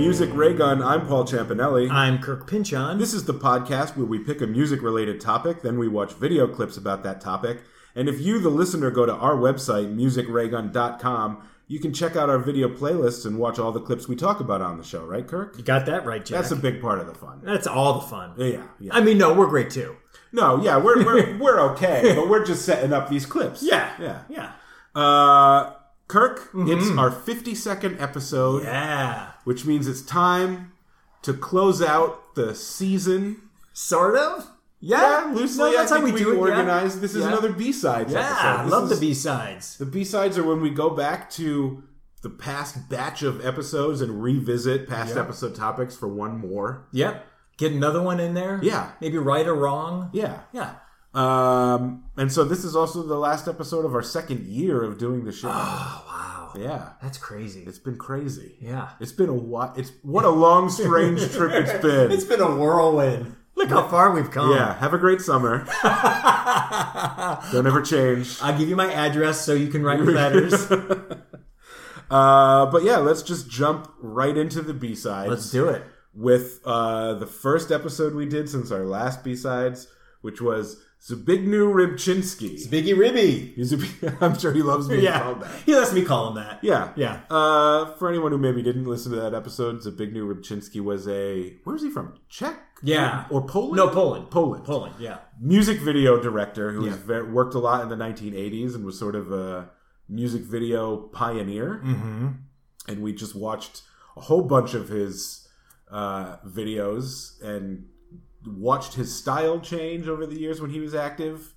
Gun. I'm Paul Champanelli. I'm Kirk Pinchon. This is the podcast where we pick a music related topic, then we watch video clips about that topic. And if you, the listener, go to our website, musicraygun.com, you can check out our video playlists and watch all the clips we talk about on the show, right, Kirk? you got that right, Jack. That's a big part of the fun. That's all the fun. Yeah, yeah. I mean, no, we're great too. No, yeah, we're, we're, we're okay, but we're just setting up these clips. yeah, yeah. yeah, Uh, Kirk, it's our 52nd episode. yeah. which means it's time to close out the season. Sort of. Yeah, loosely. No, that's I how think we do it, yeah. organized. This is Yeah. another B sides. Yeah, episode. This love is- the B sides. The B sides are when we go back to the past batch of episodes and revisit past Yeah. episode topics for one more. Yep. Get another one in there. Yeah. Maybe right or wrong. Yeah. Yeah. Um, and so this is also the last episode of our second year of doing the show. Oh wow, yeah, that's crazy. it's been crazy. yeah. It's been a what? It's what a long, strange trip it's been. It's been a whirlwind. Look how far we've come. yeah. Have a great summer. Don't ever change. I'll give you my address so you can write me letters. Uh, but yeah, let's just jump right into the B Let's sides do it. with uh, the first episode we did since our last B sides, which was Zbigniew Rybczynski. Biggie Ribby. He's a B- I'm sure he loves being Yeah. called that. He lets me call him that. Yeah, Yeah. Uh, for anyone who maybe didn't listen to that episode, Zbigniew Rybczynski was a where's he from? Czech? Yeah. or Poland? No, Poland. Poland. Poland, yeah. music video director who was Yeah. ve- worked a lot in the 1980s and was sort of a music video pioneer. Mm-hmm. and we just watched a whole bunch of his uh, videos and watched his style change over the years when he was active.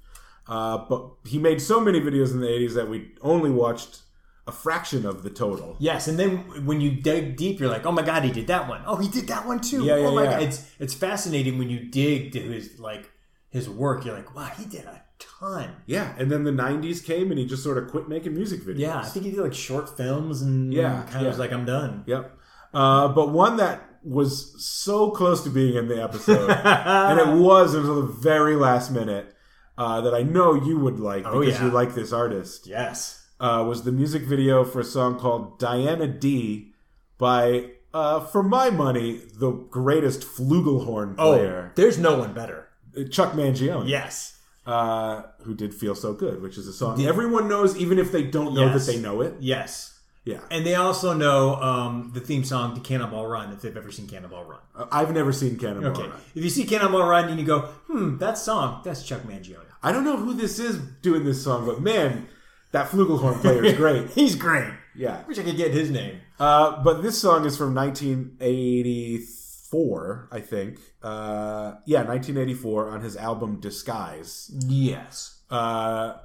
Uh, but he made so many videos in the 80s that we only watched a fraction of the total. Yes, and then when you dig deep, you're like, "Oh my god, he did that one. Oh, he did that one too. Yeah, yeah, oh my yeah. god, it's it's fascinating when you dig to his like his work. You're like, "Wow, he did a ton." Yeah, and then the 90s came and he just sort of quit making music videos. Yeah, I think he did like short films and Yeah, kind of was yeah. like, "I'm done." Yep. Uh, but one that was so close to being in the episode, Uh, and it was until the very last minute, uh, that I know you would like because Oh, yeah. you like this artist. Yes. uh, was the music video for a song called Diana D by, uh, for my money, the greatest flugelhorn Oh, player, there's no one better. Chuck Mangione, Yes. uh, who did Feel So Good, which is a song everyone knows, even if they don't know Yes. that they know it. Yes. Yeah. And they also know um, the theme song to Cannonball Run if they've ever seen Cannonball Run. Uh, I've never seen Cannonball Okay. Run. If you see Cannonball Run and you go, "Hmm, that song, that's Chuck Mangione." I don't know who this is doing this song, but man, that flugelhorn player is great. He's great. Yeah. I wish I could get his name. Uh, but this song is from 1984, I think. Uh, yeah, 1984 on his album Disguise. Yes. uh,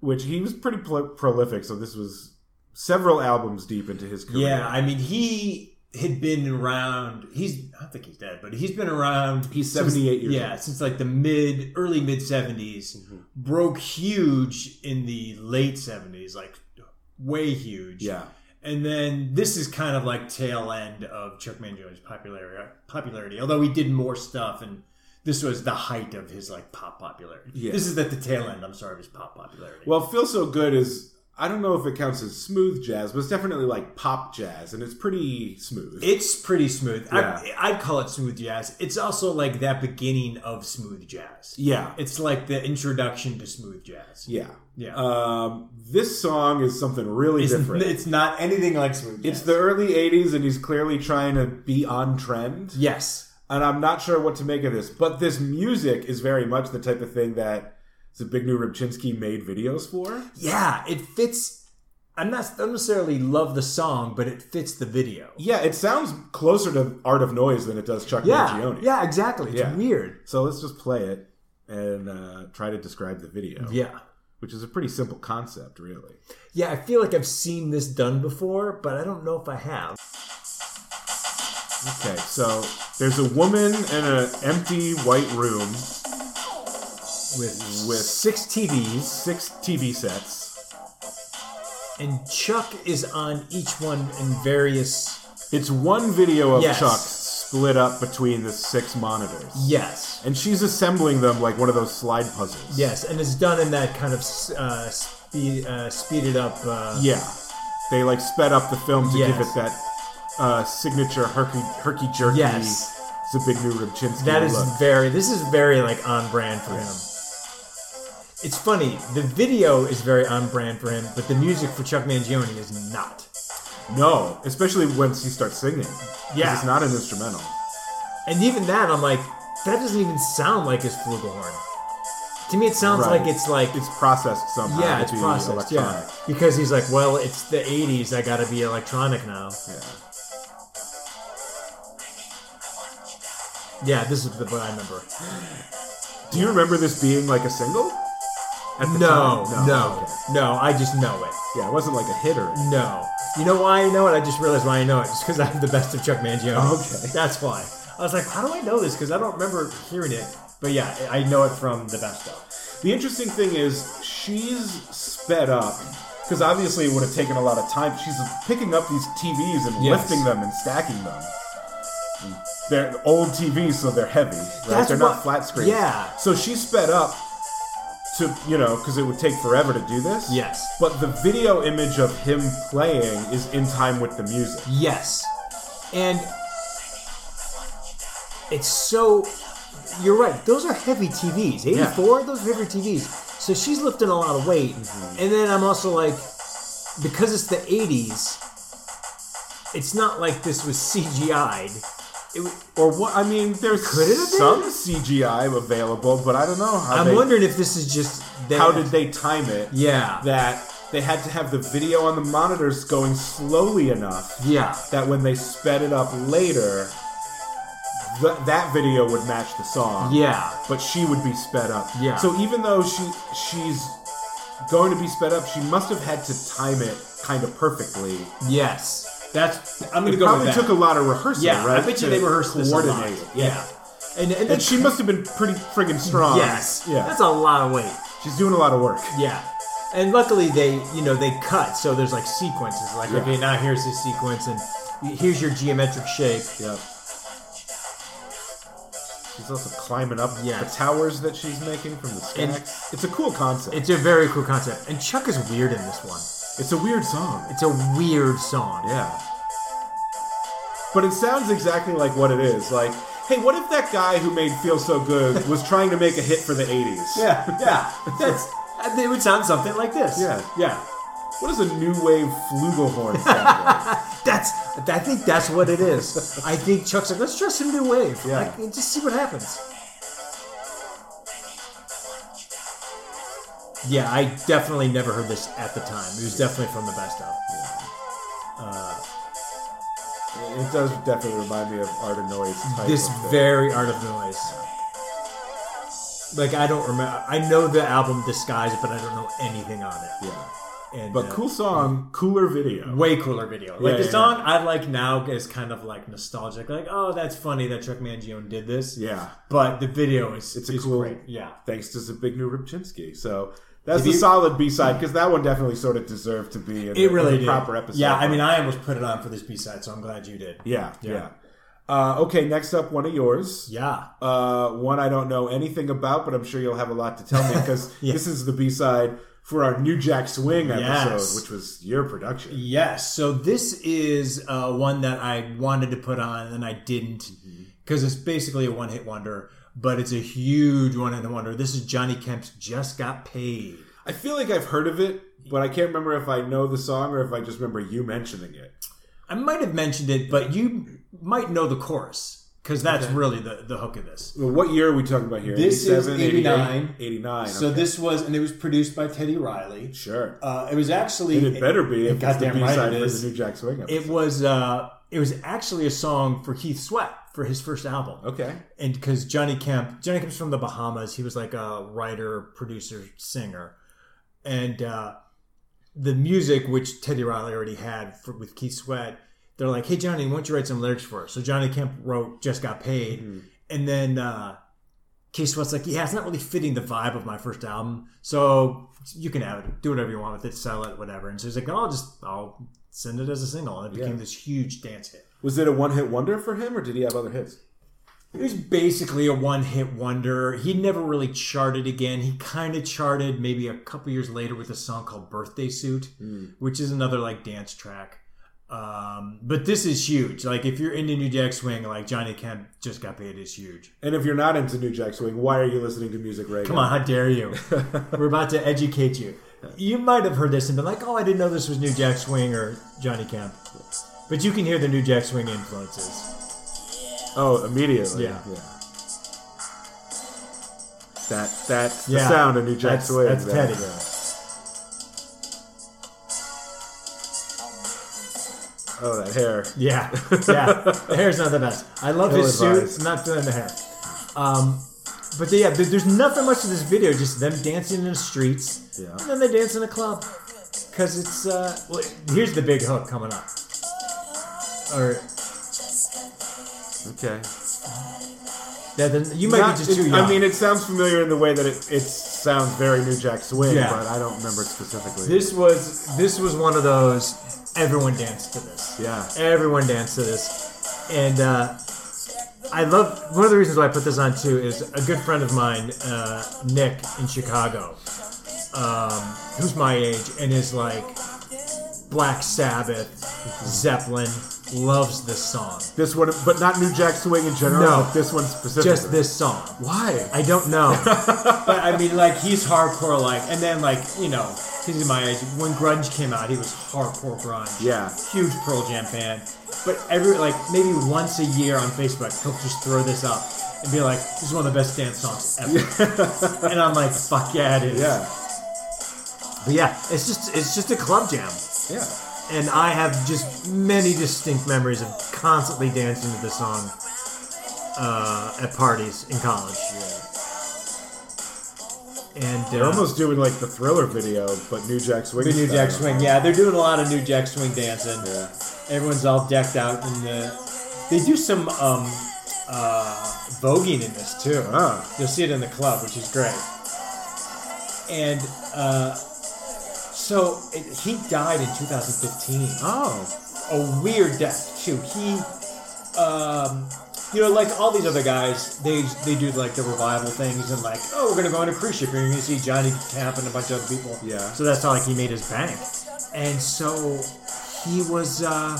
which he was pretty pl- prolific. So this was several albums deep into his career. Yeah, I mean, he had been around. He's I don't think he's dead, but he's been around. He's since- 78 years Yeah, since like the mid early mid 70s Mhm. broke huge in the late seventies, like way huge. yeah, and then this is kind of like tail end of Chuck Mangione's popularity. Popularity, although he did more stuff, and this was the height of his like pop popularity. Yeah. This is at the tail end. I'm sorry, of his pop popularity. Well, "Feel So Good" is I don't know if it counts as smooth jazz, but it's definitely like pop jazz, and it's pretty smooth. It's pretty smooth. Yeah. I, I'd call it smooth jazz. It's also like that beginning of smooth jazz. yeah, It's like the introduction to smooth jazz. yeah. Yeah. Um, this song is something really it's, different. it's not anything like smooth jazz. It's the early '80s, and he's clearly trying to be on trend. Yes. and I'm not sure what to make of this. But this music is very much the type of thing that Zbigniew Rybczynski made videos for. Yeah, it fits. I'm not I don't necessarily love the song, but it fits the video. Yeah, it sounds closer to Art of Noise than it does Chuck Yeah. Mangione. Yeah, exactly. It's Yeah. weird. So let's just play it and uh, try to describe the video, Yeah. which is a pretty simple concept, really. Yeah, I feel like I've seen this done before, but I don't know if I have. Okay, so there's a woman in an empty white room, With, With- six TVs, six TV sets. and Chuck is on each one in various. It's one video of Yes. Chuck split up between the six monitors. Yes. And she's assembling them like one of those slide puzzles. Yes, and it's done in that kind of uh, speed, uh, speeded up. Uh, Yeah. They like sped up the film to Yes. give it that uh, signature herky herky jerky. Yes. Zbigniew Rybczynski. That is look. very. This is very like on brand for him. It's funny. The video is very on brand for him, but the music for Chuck Mangione is not. no, especially once he starts singing. 'Cause Yeah. it's not an instrumental. And even that, I'm like, that doesn't even sound like his flugelhorn. To me, it sounds Right. like it's like It's processed somehow. yeah, to it's be processed. Yeah, electronic. because he's like, well, it's the '80s. I gotta be electronic now. yeah. Yeah, this is the, what I remember. Do you remember this being like a single? At the No, time? no, no, Okay. I just know it. Yeah, it wasn't like a hit or anything. No, you know why I know it? I just realized why I know it. Just because I have the best of Chuck Mangione. Okay. that's why. I was like, how do I know this? Because I don't remember hearing it. But yeah, I know it from the best of. The interesting thing is she's sped up because obviously it would have taken a lot of time. She's picking up these TVs and Yes. lifting them and stacking them. They're old TVs, so they're heavy. Right? That's they're what- not flat screens. yeah. So she sped up to you know because it would take forever to do this. Yes. But the video image of him playing is in time with the music. Yes. And it's so. You're right. Those are heavy TVs. 84, those are heavy TVs. So she's lifting a lot of weight. And then I'm also like, because it's the 80s, it's not like this was CGI'd. It, w- Or what? I mean, there's Could it have been? some CGI available, but I don't know how. I'm they, wondering if this is just. Them. how did they time it? Yeah. that they had to have the video on the monitors going slowly enough yeah. that when they sped it up later, th- that video would match the song. Yeah. But she would be sped up. Yeah. So even though she she's going to be sped up, she must have had to time it kind of perfectly. Yes. That's I'm gonna It go with probably that. took a lot of rehearsal, yeah, right? I bet to you they rehearsed this a lot. coordinate it. Yeah. And, and, And she must have been pretty friggin' strong. Yes. Yeah. That's a lot of weight. She's doing a lot of work. Yeah. And luckily they, you know, they cut, so there's like sequences. Like, Yeah. okay, now here's this sequence, and here's your geometric shape. Yep. She's also climbing up Yeah. the towers that she's making from the And- stacks. it's a cool concept. It's a very cool concept. And Chuck is weird in this one. it's a weird song. It's a weird song. Yeah. But it sounds exactly like what it is. Like, hey, what if that guy who made Feel So Good was trying to make a hit for the 80s? Yeah, yeah. That's, it would sound something like this. Yeah. Yeah. What does a new wave flugelhorn sound like? That's, I think that's what it is. I think Chuck's like, let's try some new wave. Yeah. Like, just see what happens. Yeah, I definitely never heard this at the time. It was definitely from the best of. It does definitely remind me of Art of Noise type this of thing. very art of noise. Like I don't remember. I know the album Disguise, but I don't know anything on it. Yeah. And But uh, cool song, cooler video. Way cooler video. Like Yeah, the yeah, song I like now is kind of like nostalgic. Like, oh, that's funny that Chuck Mangione did this. Yeah. But the video is It's it's a cool- great. Yeah. thanks to Zbigniew Rybczynski. So that's Did the you- solid B side because that one definitely sort of deserved to be in the, It really in the did. proper episode. Yeah, I mean, I almost put it on for this B side, so I'm glad you did. yeah, yeah. Yeah. Uh, okay, next up, one of yours. yeah, Uh, one I don't know anything about, but I'm sure you'll have a lot to tell me because Yeah. this is the B side for our New Jack Swing episode, Yes. which was your production. Yes. So this is uh, one that I wanted to put on and I didn't Mm-hmm. because it's basically a one hit wonder, but it's a huge one hit wonder. This is Johnny Kemp's Just Got Paid. I feel like I've heard of it, but I can't remember if I know the song or if I just remember you mentioning it. I might have mentioned it, but you might know the chorus because that's really the, the hook of this. Well, What year are we talking about here? This is 88? 89. 89. So okay. this was, and it was produced by Teddy Riley. sure. Uh, it was actually. it, had better be if it's the goddamn B right side it for is. the New Jack Swing episode. It was. Uh, it was actually a song for Keith Sweat for his first album. Okay. and because Johnny Kemp, Johnny Kemp's from the Bahamas. He was like a writer, producer, singer, and uh, the music which Teddy Riley already had for, with Keith Sweat. They're like, "Hey Johnny, why don't you write some lyrics for us?" So Johnny Kemp wrote "Just Got Mm-hmm. Paid," and then uh, Keith Sweat's like, "Yeah, it's not really fitting the vibe of my first album, so you can have it, do whatever you want with it, sell it, whatever." And so he's like, "I'll just, I'll send it as a single," and it became Yeah. this huge dance hit. Was it a one hit wonder for him or did he have other hits? It was basically a one hit wonder. He never really charted again. He kind of charted maybe a couple years later with a song called Birthday Suit, which is another like dance track. Um, but this is huge. Like if you're into New Jack Swing, like Johnny Kemp just got paid is huge. And if you're not into New Jack Swing, why are you listening to music right Come on, how dare you? We're about to educate you. You might have heard this and been like, "Oh, I didn't know this was New Jack Swing or Johnny Kemp," but you can hear the New Jack Swing influences. Oh, immediately. Yeah. That that's the Yeah. sound of New Jack That's- Swing. that's there. Teddy. Oh, that hair. Yeah, yeah. the hair's not the best. I love his Ill suit. advised. Not feeling the hair. Um, but yeah, there- there's nothing much to this video. Just them dancing in the streets. Yeah. And then they dance in a club. Cause it's uh, well, here's the big hook coming up. Or Okay. that doesn't- you might Not- be just too it- young. I mean, it sounds familiar in the way that it, it sounds very New Jack Swing, Yeah. but I don't remember it specifically. this was this was one of those. Everyone danced to this. yeah. Everyone danced to this. And uh, I love one of the reasons why I put this on too is a good friend of mine, uh, Nick in Chicago, um, who's my age and is like Black Sabbath, Zeppelin, loves this song. This one, but not New Jack Swing in general. No. but this one specifically. Just this song. Why? I don't know. but I mean, like, he's hardcore, like, and then, like, you know, he's my age. When grunge came out, he was hardcore grunge. Yeah. Huge Pearl Jam fan. But every, like, maybe once a year on Facebook, he'll just throw this up and be like, this is one of the best dance songs ever. and I'm like, fuck yeah, it is. Yeah. But yeah, it's just, it's just a club jam. Yeah. And I have just many distinct memories of constantly dancing to this song uh, at parties in college. And uh, They're almost doing like the Thriller video, but New Jack Swing. the New style. Jack Swing. Yeah, they're doing a lot of New Jack Swing dancing. Yeah. Everyone's all decked out, and uh, they do some um, uh, voguing in this too. Ah. You'll see it in the club, which is great. And uh, so it, he died in 2015 Oh. a weird death too. He, um, you know, like all these other guys, they they do like the revival things and like, oh, we're gonna go on a cruise ship and you're gonna see Johnny Camp and a bunch of other people. Yeah. So that's how like he made his bank, and so he was. Uh,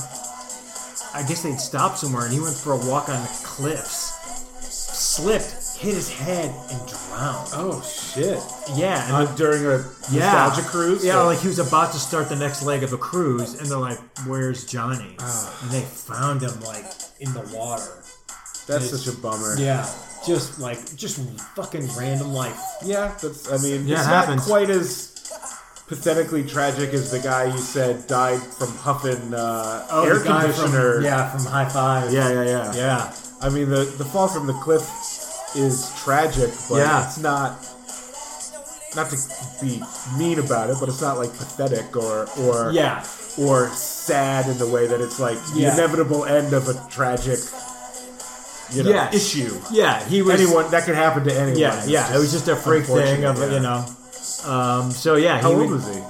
I guess they'd stopped somewhere and he went for a walk on the cliffs, slipped, hit his head, and drowned. Oh shit. Yeah, and Uh, during a yeah. nostalgia cruise. Yeah, or- like he was about to start the next leg of a cruise, and they're like, "Where's Johnny?" Ah. and they found him like in the water. that's it's- such a bummer. Yeah, just like just fucking random life. Yeah, that's. I mean, Yeah, it's it happens. not quite as pathetically tragic as the guy you said died from huffing uh, air Oh, the guy from- conditioner. yeah, from High Five. yeah, yeah, yeah, yeah. I mean, the the fall from the cliff is tragic, but Yeah. it's not. Not to be mean about it, but it's not like pathetic or or Yeah. or sad in the way that it's like Yeah. the inevitable end of a tragic you know, Yes. issue. Yeah, he was. Anyone that could happen to anyone. yeah, It's yeah. it was just a freak thing of unfortunate, you yeah. know. Um, so yeah, he How old would- was he?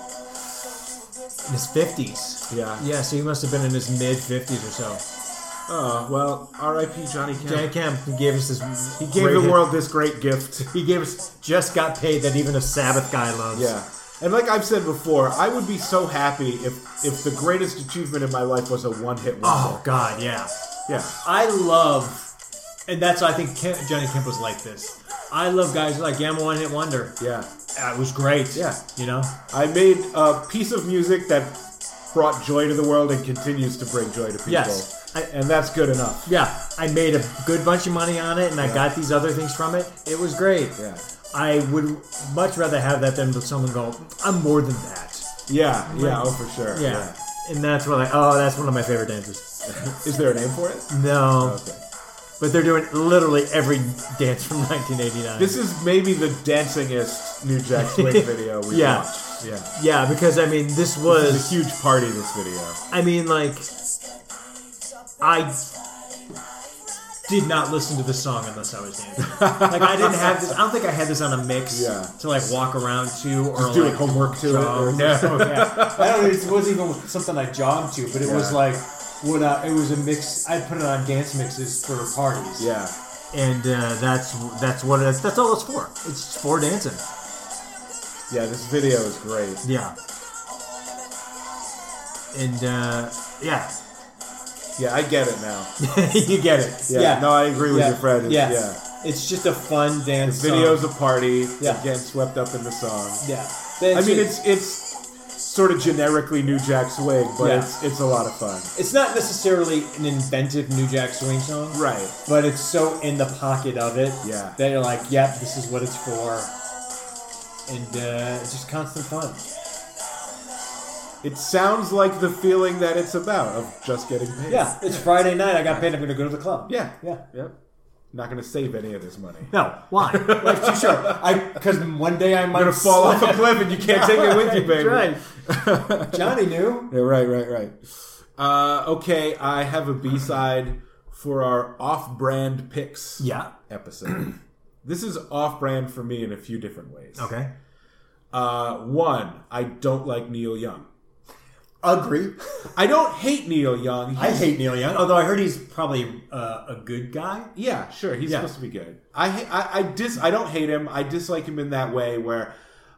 in his fifties. Yeah. yeah. So he must have been in his mid fifties or so. Oh well, R.I.P. Johnny Kemp. Jan Kemp he gave us this. he gave the world this great gift. He gave us just got paid that even a Sabbath guy loves. Yeah. And like I've said before, I would be so happy if if the greatest achievement in my life was a one hit wonder. Oh God, yeah. Yeah. I love, and that's why I think Kemp, Johnny Kemp was like this. I love guys who are like yeah, I'm a one hit wonder. Yeah. That was great. Yeah. you know. I made a piece of music that brought joy to the world and continues to bring joy to people. Yes. I- and that's good enough. Yeah, I made a good bunch of money on it, and I got these other things from it. It was great. Yeah. I would much rather have that than someone go, I'm more than that. Yeah, yeah, oh for sure. Yeah. And that's what I, oh, that's one of my favorite dances. Is there a name for it? No. Okay. But they're doing literally every dance from 1989. This is maybe the dancingest New Jack Swing video we've Yeah. watched. Yeah. yeah, because I mean, this It was. was a huge party this video. I mean, like, I did not listen to the song unless I was dancing. like, I didn't have this. I don't think I had this on a mix Yeah. to like walk around to or Just doing like, homework to it or- jog. No, yeah. I don't. It wasn't even something I jogged to, but it was Yeah. like what I, it was a mix. I put it on dance mixes for parties. Yeah. and uh, that's that's what it's, that's all it's for. It's for dancing. Yeah, this video is great. Yeah. And uh, Yeah, Yeah, I get it now. you get it. Yeah, Yeah, no, I agree with yeah. your friend. It's- Yeah. yeah. it's just a fun dance. Video's song. a party. Yeah. Again, swept up in the song. yeah. I That's mean, it. it's it's sort of generically New Jack Swing, but Yeah. it's it's a lot of fun. it's not necessarily an inventive New Jack Swing song, Right. but it's so in the pocket of it Yeah. that you're like, yep, this is what it's for. And uh, it's just constant fun. It sounds like the feeling that it's about of just getting paid. Yeah, it's Friday night. I got paid. I'm going to go to the club. Yeah. Yeah. Yep. Not going to save any of this money. No, why? Like, too sure. I Because one day I might You're going to fall off a slip. cliff and you can't take it with you, baby. right. Johnny knew. Yeah, right, right, right. Uh, okay, I have a B side for our off brand picks Yeah. episode. this is off brand for me in a few different ways. Okay. Uh, one, I don't like Neil Young. Agree. I don't hate Neil Young. I He's- hate Neil Young, although I heard he's probably uh, a good guy. Yeah, sure. He's Yeah. supposed to be good. I, ha- I I dis I don't hate him. I dislike him in that way where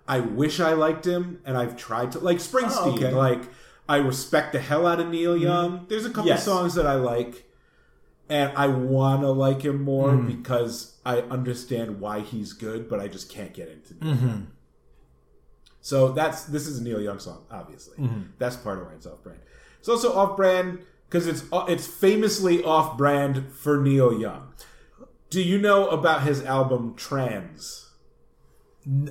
I wish I liked him, and I've tried to like Springsteen. Oh, okay. Like I respect the hell out of Neil Mm-hmm. Young. There's a couple Yes. songs that I like, and I want to like him more Mm-hmm. because I understand why he's good, but I just can't get into. Neil Mm-hmm. Young. So that's this is a Neil Young song, obviously. Mm-hmm. That's part of why it's off brand. It's also off brand because it's it's famously off brand for Neil Young. Do you know about his album Trans?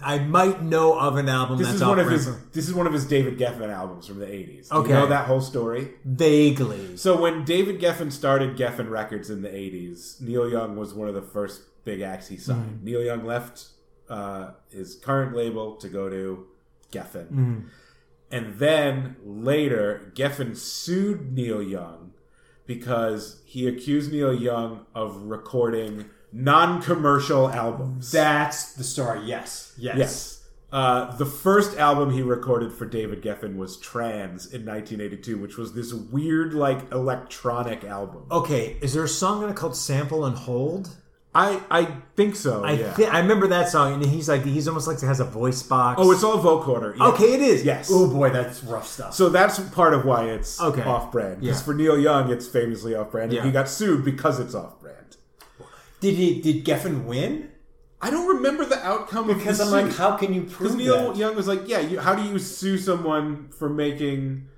I might know of an album This that's is one of off-brand his. for- This is one of his David Geffen albums from the eighties. Do Okay. you know that whole story? vaguely. So when David Geffen started Geffen Records in the 80s, Neil Young was one of the first big acts he signed. Neil Young left uh, his current label to go to Geffen. And then later, Geffen sued Neil Young because he accused Neil Young of recording non commercial albums. That's the story. Yes. Yes. Yes. Uh, the first album he recorded for David Geffen was Trans in 1982, which was this weird, like, electronic album. Okay, is there a song in it called "Sample and Hold"? I, I think so. I yeah. thi- I remember that song, and he's like he's almost like he has a voice box. oh, it's all vocoder. yeah. okay. It is Yes. Oh boy, that's rough stuff. So that's part of why it's Okay. off brand. Because Yeah. for Neil Young, it's famously off brand. Yeah. And he got sued because it's off brand. Did he? Did Geffen win? I don't remember the outcome Because of I'm the like, suit. how can you prove Because Neil that? Young was like, yeah, you, how do you sue someone for making?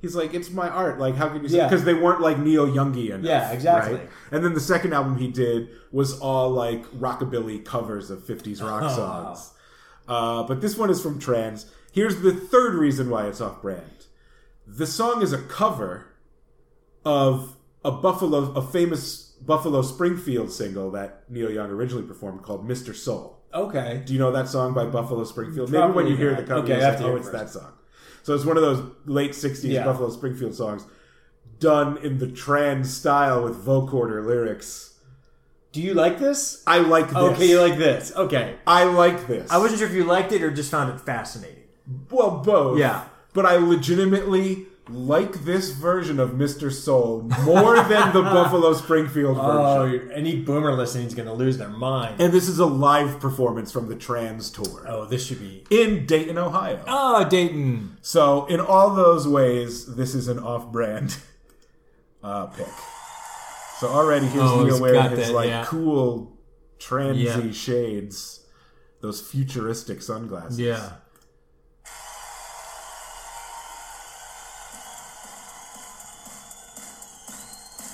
He's like, it's my art. Like, how could you? Yeah. Because they weren't like Neil Youngian. enough, Yeah, exactly. And then the second album he did was all like rockabilly covers of '50s rock Oh. songs. Uh, but this one is from Trans. Here's the third reason why it's off-brand. The song is a cover of a Buffalo, a famous Buffalo Springfield single that Neil Young originally performed called "Mr. Soul." Okay. Do you know that song by Buffalo Springfield? Maybe Probably when you hear not. the cover, Okay, you're I have like, to oh, hear it it's that first." song. So it's one of those late 60s Yeah. Buffalo Springfield songs done in the trans style with vocoder lyrics. Do you like this? I like this. Okay, you like this. Okay. I like this. I wasn't sure if you liked it or just found it fascinating. well, both. Yeah. But I legitimately like this version of Mr. Soul more than the Buffalo Springfield Oh, Uh, version. any boomer listening is going to lose their mind. And this is a live performance from the trans tour Oh, this should be. Ah, in Dayton, Ohio. Oh, Dayton. So, in all those ways, this is an off-brand uh, pick. So already here's Oh, Neil he's wearing got his that, like yeah. cool transy Yeah. shades, those futuristic sunglasses. Yeah.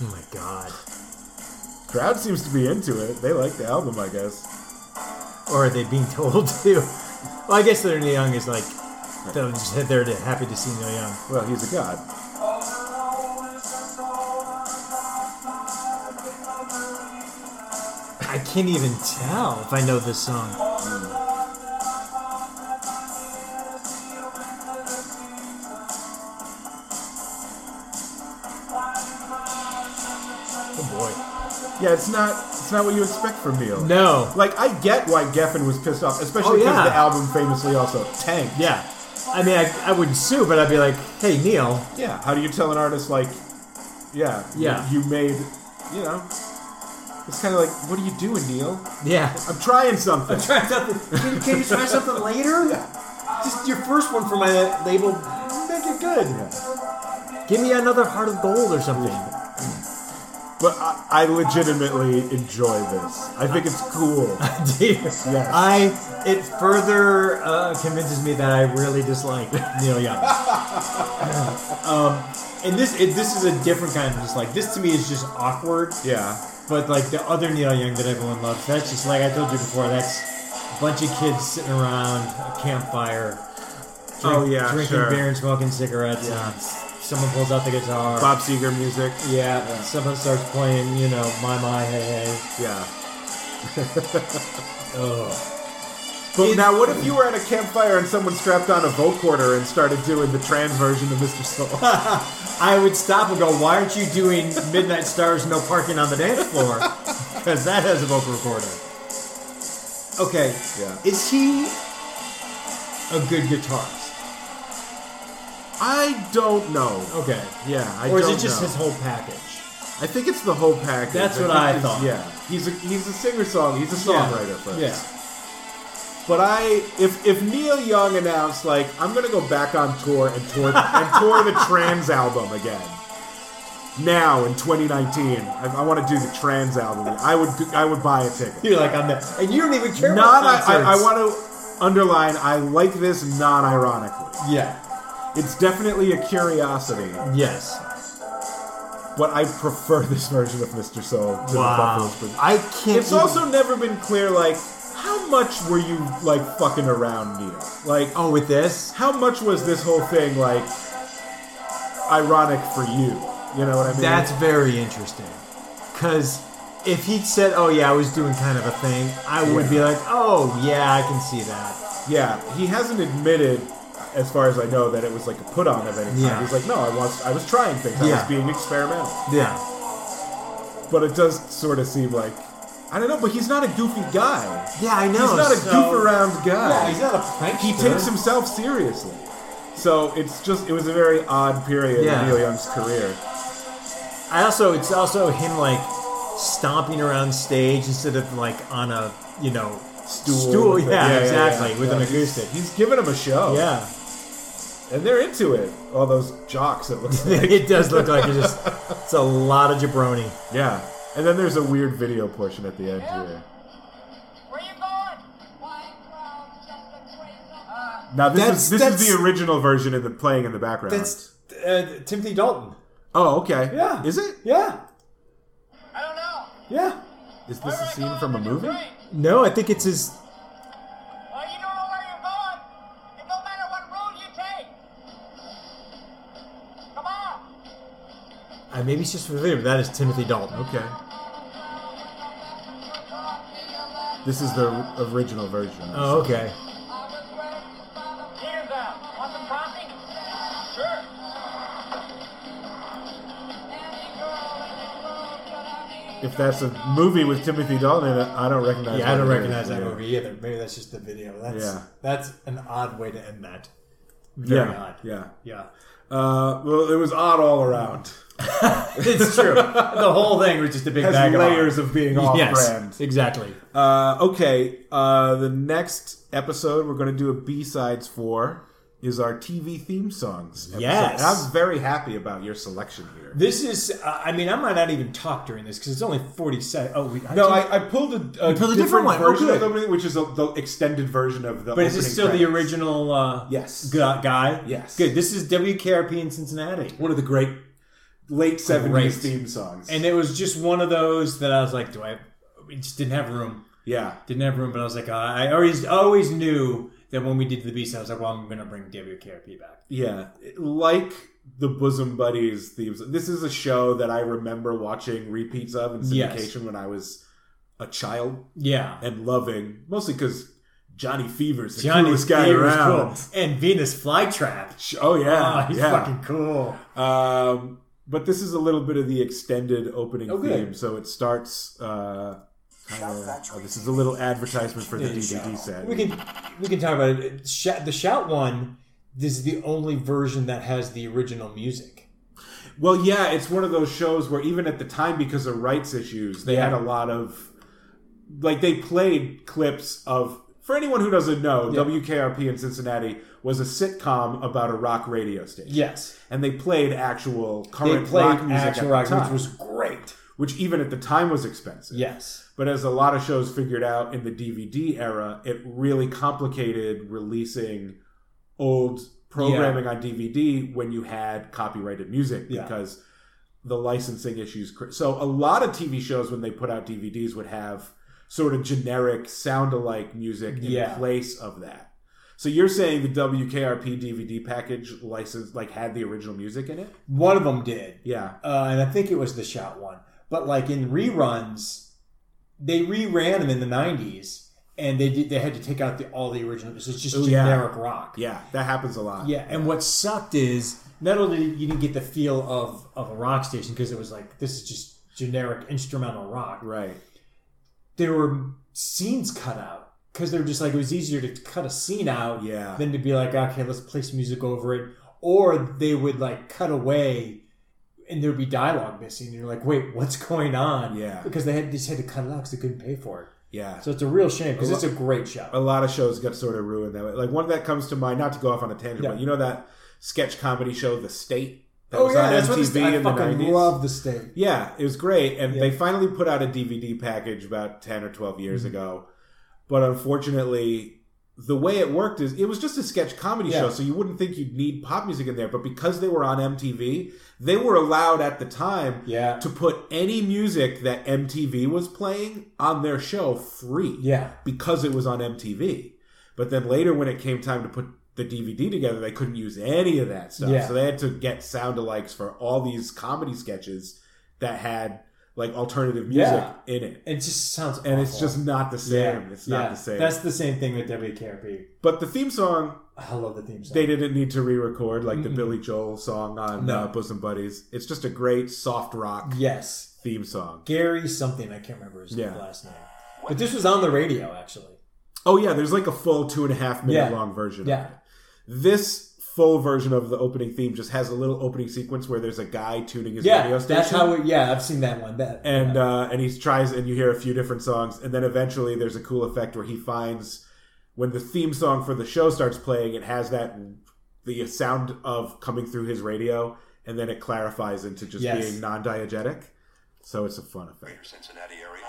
Oh my god. crowd seems to be into it. They like the album, I guess. Or are they being told to? Well, I guess they're Neil Young is like they're just there to happy to see Neil Young. Well, he's a god. I can't even tell if I know this song. Oh Yeah, it's not it's not what you expect from Neil. boy. No. Like I get why Geffen was pissed off, especially Oh, because yeah. the album famously also tanked. Yeah. I mean, I, I wouldn't sue, but I'd be like, hey, Neil. Yeah. How do you tell an artist like, yeah, Yeah. you, you made, you know, it's kind of like, what are you doing, Neil? Yeah. I'm trying something. Try something. Can, can you try something later? Just your first one for my label. Make it good. Yeah. Give me another heart of gold or something. But I, I legitimately enjoy this. I think it's cool. Dude, I it further uh, convinces me that I really dislike Neil Young. um, and this it, this is a different kind of dislike. This to me is just awkward. Yeah. But like the other Neil Young that everyone loves, that's just like I told you before. That's a bunch of kids sitting around a campfire. Drink, Oh, yeah, drinking sure. beer and smoking cigarettes. And someone pulls out the guitar. Bob Seger music. Yeah, someone starts playing, you know, my my hey hey. Yeah. Oh. Ugh. But It- now, what if you were at a campfire and someone strapped on a vocorder and started doing the trans version of Mr. Soul? I would stop and go, why aren't you doing Midnight Stars No Parking on the Dance Floor? Because that has a vocal recorder. Okay, Yeah. is he a good guitarist? I don't know. Okay. Yeah, I or is don't it just know. his whole package? I think it's the whole package. That's what think I he's- thought. Yeah, he's a he's a singer song. He's a songwriter first. Yeah. But I, if if Neil Young announced like I'm gonna go back on tour and tour and tour the Trans album again, now in 2019, I, I want to do the Trans album. I would do- I would buy a ticket. You're like, I'm there. And you don't even care Not about I, I, I concerts. want to underline. I like this non-ironically. Yeah. It's definitely a curiosity, Yes. but I prefer this version of Mr. Soul to the Buffalo Springfield. I can't. It's also never been clear, like, how much were you, like, fucking around Neil? Like, um, Oh, with this? how much was this whole thing, like, ironic for you? You know what I mean? That's very interesting. Because if he'd said, oh, yeah, I was doing kind of a thing, I would Yeah. be like, oh, yeah, I can see that. yeah. He hasn't admitted, as far as I know, that it was like a put on of any kind. Yeah. He's like, no, I was, I was trying things. I Yeah. was being experimental. Yeah. But it does sort of seem like, I don't know. But he's not a goofy guy. Yeah, I know. he's not a so- goof around guy. Yeah, he's not a prankster. he takes himself seriously. So it's just it was a very odd period Yeah. in Neil Young's career. I also, it's also him, like, stomping around stage instead of, like, on a, you know, Stool. Stool, yeah, exactly, with an he's- Oh. acoustic. He's giving him a show. yeah. And they're into it. All those jocks it looks like. it does look like it just, it's a lot of jabroni. yeah. And then there's a weird video portion at the end here. Where you going? Why, crowd, just a crazy. Uh, Now this That's- is this is that's- the original version in the playing in the background. That's uh, Timothy Dalton. oh, okay. Yeah. Is it? Yeah. I don't know. Yeah. Is this a scene from a movie? Well, No, I think it's his. you don't know where you're going. It don't matter what road you take. Come on. Uh, maybe it's just familiar, but that is Timothy Dalton. Okay. This is the original version. Oh, okay. Here's out. Want some coffee? Sure. If that's a movie with Timothy Dalton in it, I don't recognize. Yeah, I don't what it recognize is. that Yeah. movie either. Maybe that's just the video. That's Yeah. that's an odd way to end that. Very Yeah, odd. yeah. Yeah. Uh, well, it was odd all around. It's true. the whole thing was just a big Has bag layers of of being off Yes. brand. Exactly. Uh, okay, uh, the next episode we're going to do a B sides for is our TV theme songs. Episode. Yes. And I'm very happy about your selection here. This is. Uh, I mean, I might not even talk during this because it's only forty seconds. Oh, we, No, I, I pulled a, a, pulled a different one. Oh, version good. of the which is a, the extended version of the. But is this opening still the credits. original? Uh, Yes. gu- Guy. Yes. Good. This is WKRP in Cincinnati. One of the great late Great. seventies theme songs. And it was just one of those that I was like, do I? We just didn't have room. yeah, Didn't have room, but I was like, uh, I always always knew that when we did the beast, I was like, well, I'm gonna bring WKRP back. Yeah, like the bosom buddies themes. This is a show that I remember watching repeats of in syndication Yes. when I was a child Yeah, and loving, mostly because Johnny Fever's the Johnny coolest guy Fever was around. cool. and Venus Flytrap. Sh- Oh Yeah, yeah, he's yeah. fucking cool. Um, but this is a little bit of the extended opening Oh, good. theme, so it starts. Uh, kinda, oh, this is a little advertisement for the DVD set. We can we can talk about it. Sh- the shout one. This is the only version that has the original music. Well, yeah, it's one of those shows where even at the time, because of rights issues, they Yeah. had a lot of like they played clips of for anyone who doesn't know, WKRP in Cincinnati was a sitcom about a rock radio station. Yes. And they played actual They current played rock music actual at rock, the time, which was great. which even at the time was expensive. Yes. But as a lot of shows figured out in the DVD era, it really complicated releasing old programming on DVD when you had copyrighted music Yeah. because the licensing issues. cr- So a lot of TV shows when they put out DVDs would have sort of generic sound alike music in Yeah. place of that. So you're saying the WKRP DVD package license like had the original music in it? One of them did. Yeah. uh, and I think it was the shot one. But like in reruns, they reran them in the '90s, and they did, they had to take out the, all the original. So it's just Oh, yeah. generic rock. Yeah, that happens a lot. Yeah, and what sucked is not only did you didn't get the feel of of a rock station because it was like this is just generic instrumental rock. Right. There were scenes cut out because they were just like it was easier to cut a scene out Yeah. than to be like okay let's play some music over it. Or they would like cut away and there'd be dialogue missing. And you're like wait what's going on? Yeah. because they had just had to cut it out because they couldn't pay for it. Yeah. Oh, So it's a real shame because it's a great a show. lot of shows get sort of ruined that way. Like one that comes to mind, not to go off on a tangent, Yeah. but you know that sketch comedy show, The State, that Oh yeah, that's what MTV it's, I in the fucking 90s? love the state. Yeah, it was great, and Yeah. they finally put out a DVD package about ten or twelve years Mm-hmm. ago. But unfortunately, the way it worked is it was just a sketch comedy Yeah. show, so you wouldn't think you'd need pop music in there. But because they were on MTV, they were allowed at the time Yeah. to put any music that MTV was playing on their show free Yeah. because it was on MTV. But then later, when it came time to put the DVD together, they couldn't use any of that stuff. Yeah. So they had to get sound alikes for all these comedy sketches that had like alternative music Yeah. in it. It just sounds And it's awful. just not the same. It's not the same. That's the same thing with WKRP. but the theme song, I love the theme song. they didn't need to re record like the Mm-mm. Billy Joel song on No. uh, Bosom Buddies. It's just a great soft rock yes, theme song. Gary something I can't remember his Yeah. last name, but this was on the radio actually. Oh, yeah, there's like a full two and a half minute Yeah. long version of Yeah, it. this full version of the opening theme just has a little opening sequence where there's a guy tuning his yeah, radio station that's how. It, yeah, I've seen that one. That and yeah. uh, and he tries and you hear a few different songs and then eventually there's a cool effect where he finds when the theme song for the show starts playing it has that the sound of coming through his radio and then it clarifies into just Yes. being non-diegetic so it's a fun effect Cincinnati area.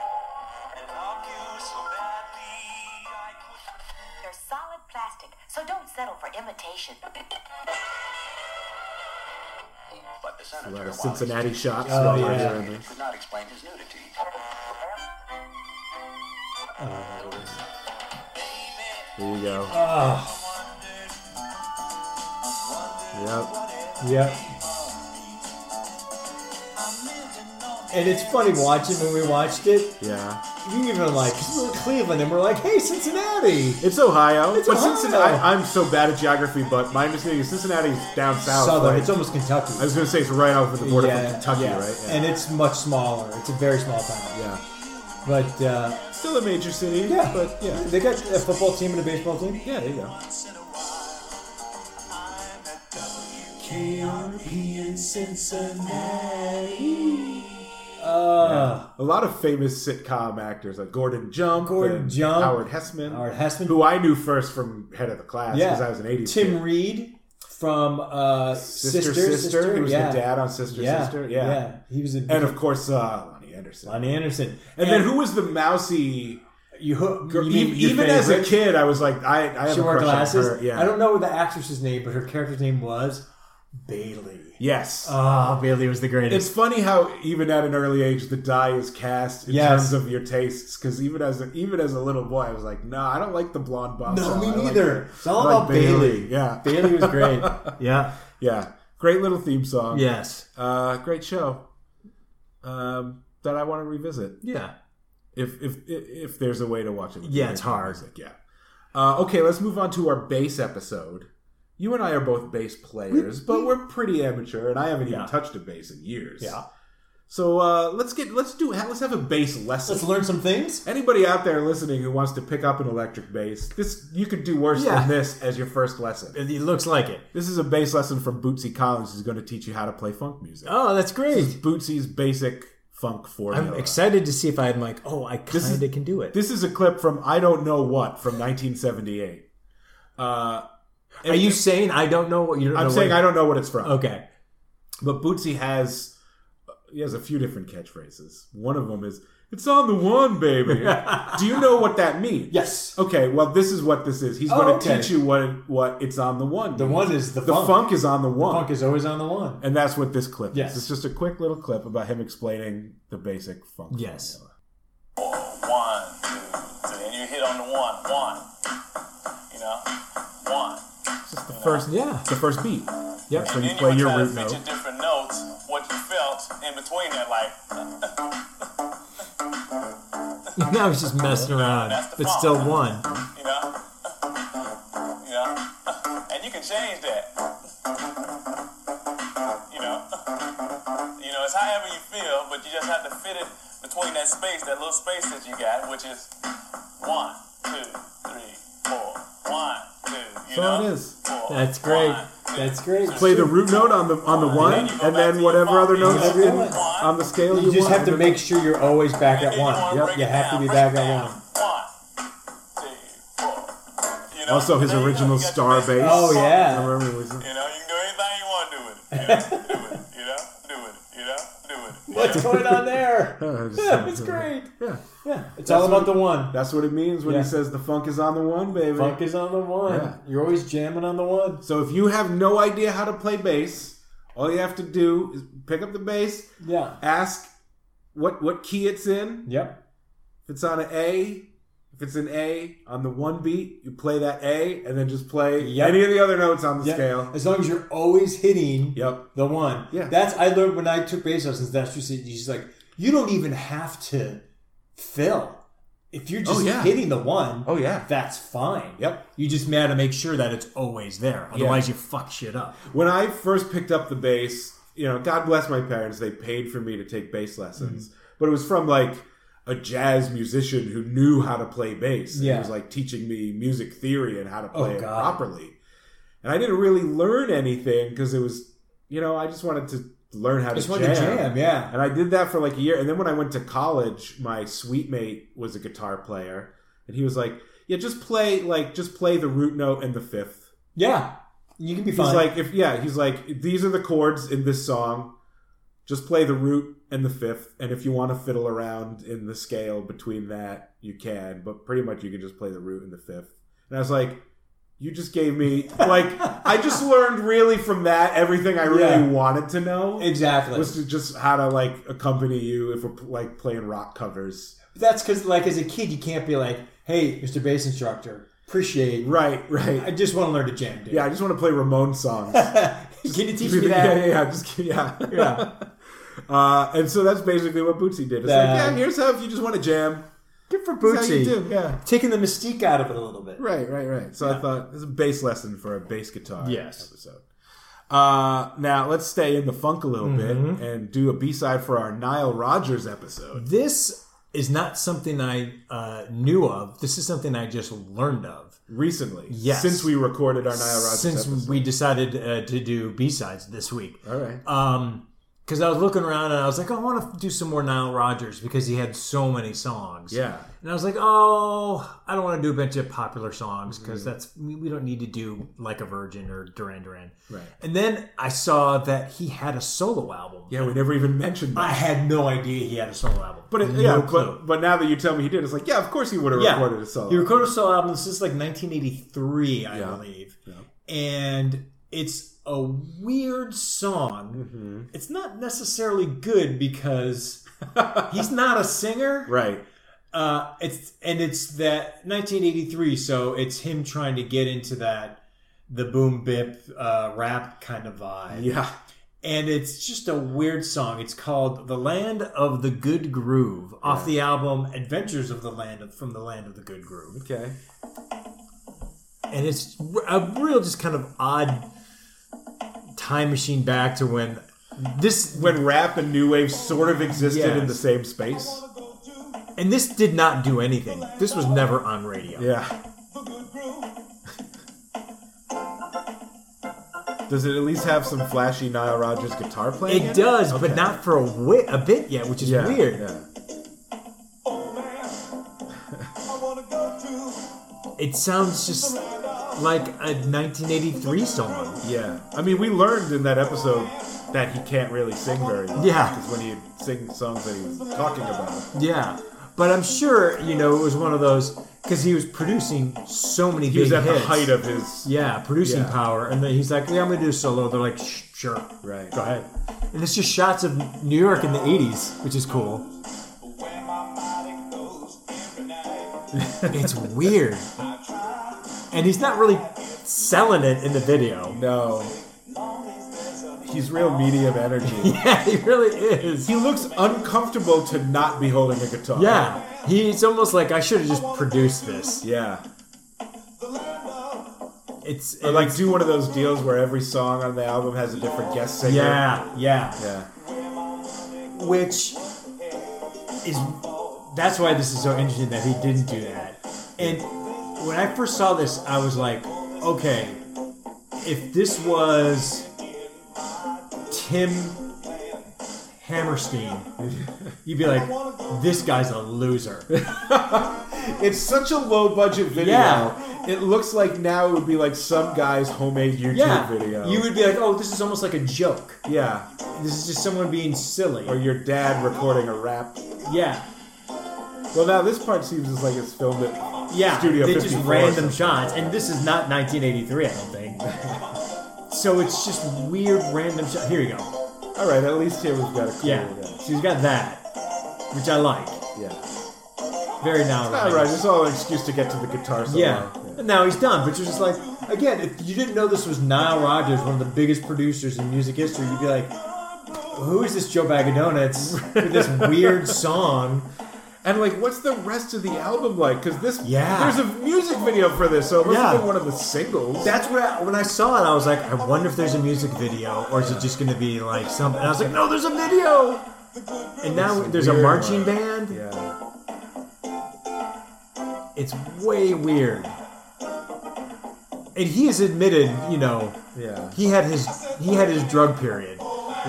And love you so badly, I could They're solid plastic, so don't settle for imitation. But the a senator, lot while of he's cincinnati shots Oh, while yeah. you're in there. could not explain his nudity. there you go uh, Ah, yep yeah. And it's funny watching when we watched it. yeah You even like 'cause we we're in Cleveland and we're like, hey, Cincinnati. It's Ohio. It's but Ohio. Cincinnati, I'm so bad at geography, but my understanding is Cincinnati's down south. Southern, right? it's almost Kentucky. I was going to say it's right off of the border from Kentucky, yeah. right? Yeah. And it's much smaller. It's a very small town. yeah. But uh, Still a major city. yeah, But yeah. they got a football team and a baseball team. Yeah, there you go. Uh, A lot of famous sitcom actors like Gordon Jump, Gordon and Jump, Howard Hessman, Howard Hessman. who I knew first from Head of the Class yeah, because I was an '80s Tim kid. Reed from uh, Sister, Sister, sister, who was yeah. the dad on Sister, yeah. sister, yeah. He was a and of course uh, Lonnie Anderson. Lonnie Anderson. And, then who was the mousy? You, who, Girl, you mean e- your even as a favorite? kid, I was like, I, I have she a wore crush glasses. on her. Yeah, I don't know the actress's name, but her character's name was Bailey. Yes. Ah, Bailey was the It's greatest. funny how even at an early age the die is cast in Yes. terms of your tastes. Because even as a, even as a little boy, I was like, no, I don't like the blonde bob. no, doll. I me like neither. her- it's all I like about Bailey. Yeah, Bailey was great. Yeah. yeah. Great little theme song. Yes. uh, great show. Um, that I want to revisit Yeah. if if if there's a way to watch it. with Yeah, it's original hard. music, Yeah. Uh, okay, let's move on to our bass episode. You and I are both bass players, but we're pretty amateur, and I haven't even Yeah. touched a bass in years. Yeah. So uh, let's get let's do let's have a bass lesson. Let's learn some things. Anybody out there listening who wants to pick up an electric bass, this you could do worse Yeah. than this as your first lesson. It, it looks like it. This is a bass lesson from Bootsy Collins, who's going to teach you how to play funk music. Oh, that's great. Bootsy's basic funk formula. Oh. I'm excited to see if I'm like, oh, I This is- kind of can do it. This is a clip from I don't know what from 1978. Uh, Are you saying I don't know what you don't I'm know saying what- I don't know what it's from. Okay. But Bootsy has he has a few different catchphrases. One of them is "It's on the one, baby." Do you know what that means? Yes. Okay. Well, this is what this is. He's Oh, going to okay. teach you what what it's on the one. The means. one is the, The funk. funk. funk. is on the one, is always on the one. and that's what this clip Yes. is. It's just a quick little clip about him explaining the basic funk. Yes. formula. One, two, three. And you hit on the one, one. You know? One. It's just the first. Yeah. The first beat. Yep. That's when and you then play you your try root to note. picture different notes, what you felt in between that, like, now he's just messing around. That's the It's funk. still one. you know? You know? And you can change that. You know? You know, it's however you feel, but you just have to fit it between that space, that little space that you got, which is one, two, three, four. One, two, you So know? it is. Four, That's great. one, two, That's great. Play the root note on the on the one, you go and back to then your whatever funk. other notes Every in, one. on the scale you, You just want. have to make sure you're always back at one. Yep. You have to be back at one. You know? Also, his There you go. original You got star the basic bass. Oh, funk. yeah. I remember when we- You know, you can do anything you want to do with it. You know, do it. You know, do it. You know, do it. You What's going on there? Uh, just- it's great. Yeah, Yeah, it's all about the one. that's what it means when Yeah. he says the funk is on the one, baby. Funk is on the one. Yeah. You're always jamming on the one. So if you have no idea how to play bass, all you have to do is pick up the bass, Yeah. ask what what key it's in. Yep. If it's on an A, if it's an A on the one beat, you play that A, and then just play Yep. any of the other notes on the Yep. scale. As long as you're always hitting Yep. the one. Yeah. That's I learned when I took bass lessons. That's just she's like, you don't even have to fill. If you're just Oh, yeah. hitting the one, Oh yeah. that's fine. Yep. You just gotta make sure that it's always there. Otherwise, you fuck shit up. when I first picked up the bass, you know, God bless my parents, they paid for me to take bass lessons. Mm-hmm. But it was from like a jazz musician who knew how to play bass. And He Yeah. was like teaching me music theory and how to play Oh, it God. properly. And I didn't really learn anything because it was, you know, I just wanted to learn how Just to want jam. to jam, yeah. And I did that for like a year. And then when I went to college, my sweet mate was a guitar player. And he was like, yeah, just play, like, just play the root note and the fifth. Yeah. You can be He's fine. like, if yeah, he's like, these are the chords in this song. Just play the root and the fifth, and if you want to fiddle around in the scale between that, you can. But pretty much, you can just play the root and the fifth. And I was like, you just gave me like I just learned really from that everything I really Yeah. wanted to know. exactly. was to just how to like accompany you if we're like playing rock covers. That's because, like, as a kid, you can't be like, "Hey, Mr. Bass Instructor, appreciate. Right, I right. just want to learn to jam, dude. Yeah, I just want to play Ramon songs. Can you teach me that? Yeah, yeah, yeah. Just kidding. Yeah, yeah. uh, and so that's basically what Bootsy did. It's like, Yeah. yeah, here's how if you just want to jam, Good for that's how you do. Yeah, Taking the mystique out of it a little bit. right, right, right. So I thought this is a bass lesson for a bass guitar Yes. episode. Uh, now let's stay in the funk a little Mm-hmm. bit and do a B side for our Nile Rodgers episode. This is not something I uh, knew of. This is something I just learned of Recently, Yes. since we recorded our Nile Rodgers since episode. we decided uh, to do B sides this week. all right, Um, because I was looking around and I was like, I want to do some more Nile Rodgers because he had so many songs. yeah, And I was like, oh, I don't want to do a bunch of popular songs because Mm-hmm. that's we, we don't need to do like a Virgin or Duran Duran. Right. And then I saw that he had a solo album. yeah. We never even mentioned that. I had no idea he had a solo album. But it, No yeah, clue. but but now that you tell me he did, it's like yeah, of course he would have recorded a solo. He recorded a solo album since like 1983, I Yeah. believe. Yeah. And it's a weird song. Mhm. It's not necessarily good because he's not a singer. right, Uh, it's and it's that 1983, so it's him trying to get into that the boom bip uh, rap kind of vibe. yeah. And it's just a weird song. It's called "The Land of the Good Groove" off the album "Adventures of the Land of, from the Land of the Good Groove." Okay. and it's a real just kind of odd time machine back to when this when rap and new wave sort of existed Yes. in the same space. and this did not do anything this was never on radio Yeah. know? The Does it at least have some flashy Nile Rodgers guitar playing? in It does, Okay. but not for a, wi- a bit yet, which is Yeah, weird. yeah. It sounds just like a 1983 song. Yeah. I mean, we learned in that episode that he can't really sing very well. Yeah. Because when he sings songs that he was talking about. Yeah, but I'm sure you know it was one of those because he was producing so many. He was big at hits. the height of his. yeah producing Yeah. power, and then he's like, "Yeah, I'm gonna do a solo." They're like, "Sh- "Sure, Right. go ahead." And it's just shots of New York in the 80s, which is cool. It's weird, and he's not really selling it in the video. No. He's real medium energy. Yeah, he really is. he looks uncomfortable to not be holding a guitar. Yeah, he's almost like I should have just produced this. Yeah. It's Or like do one of those deals where every song on the album has a different guest singer. yeah, yeah. Yeah. which is that's why this is so interesting that he didn't do that. And when I first saw this, I was like, okay, if this was Tim Hammerstein, you'd be like, this guy's a loser. It's such a low budget video. Yeah. It looks like now it would be like some guy's homemade YouTube Yeah, video. you would be like, oh, this is almost like a joke. Yeah. This is just someone being silly. Or your dad recording a rap. yeah, Well, now this part seems as like it's filmed at Yeah, Studio they 54 just or random something. shots, and this is not 1983, I don't think. so it's just weird random shot. Here you go. All right, at least here we've got a cool Yeah, guy. she's got that, which I like. Yeah. Very now. All right, it's all an excuse to get to the guitar solo. Yeah. And now he's done, but you're just like, again, if you didn't know this was Nile Rodgers, one of the biggest producers in music history, you'd be like, who is this Joe Bag of Donuts with this weird song? And like, what's the rest of the album like? Because this, Yeah. there's a music video for this, so it must have Yeah. been one of the singles. That's what I, when I saw it, I was like, I wonder if there's a music video, or is it just going to be like something? And I was like, no, there's a video. And now It's a there's a weird marching one. band. yeah. It's way weird. And he has admitted, you know, Yeah. he had his he had his drug period.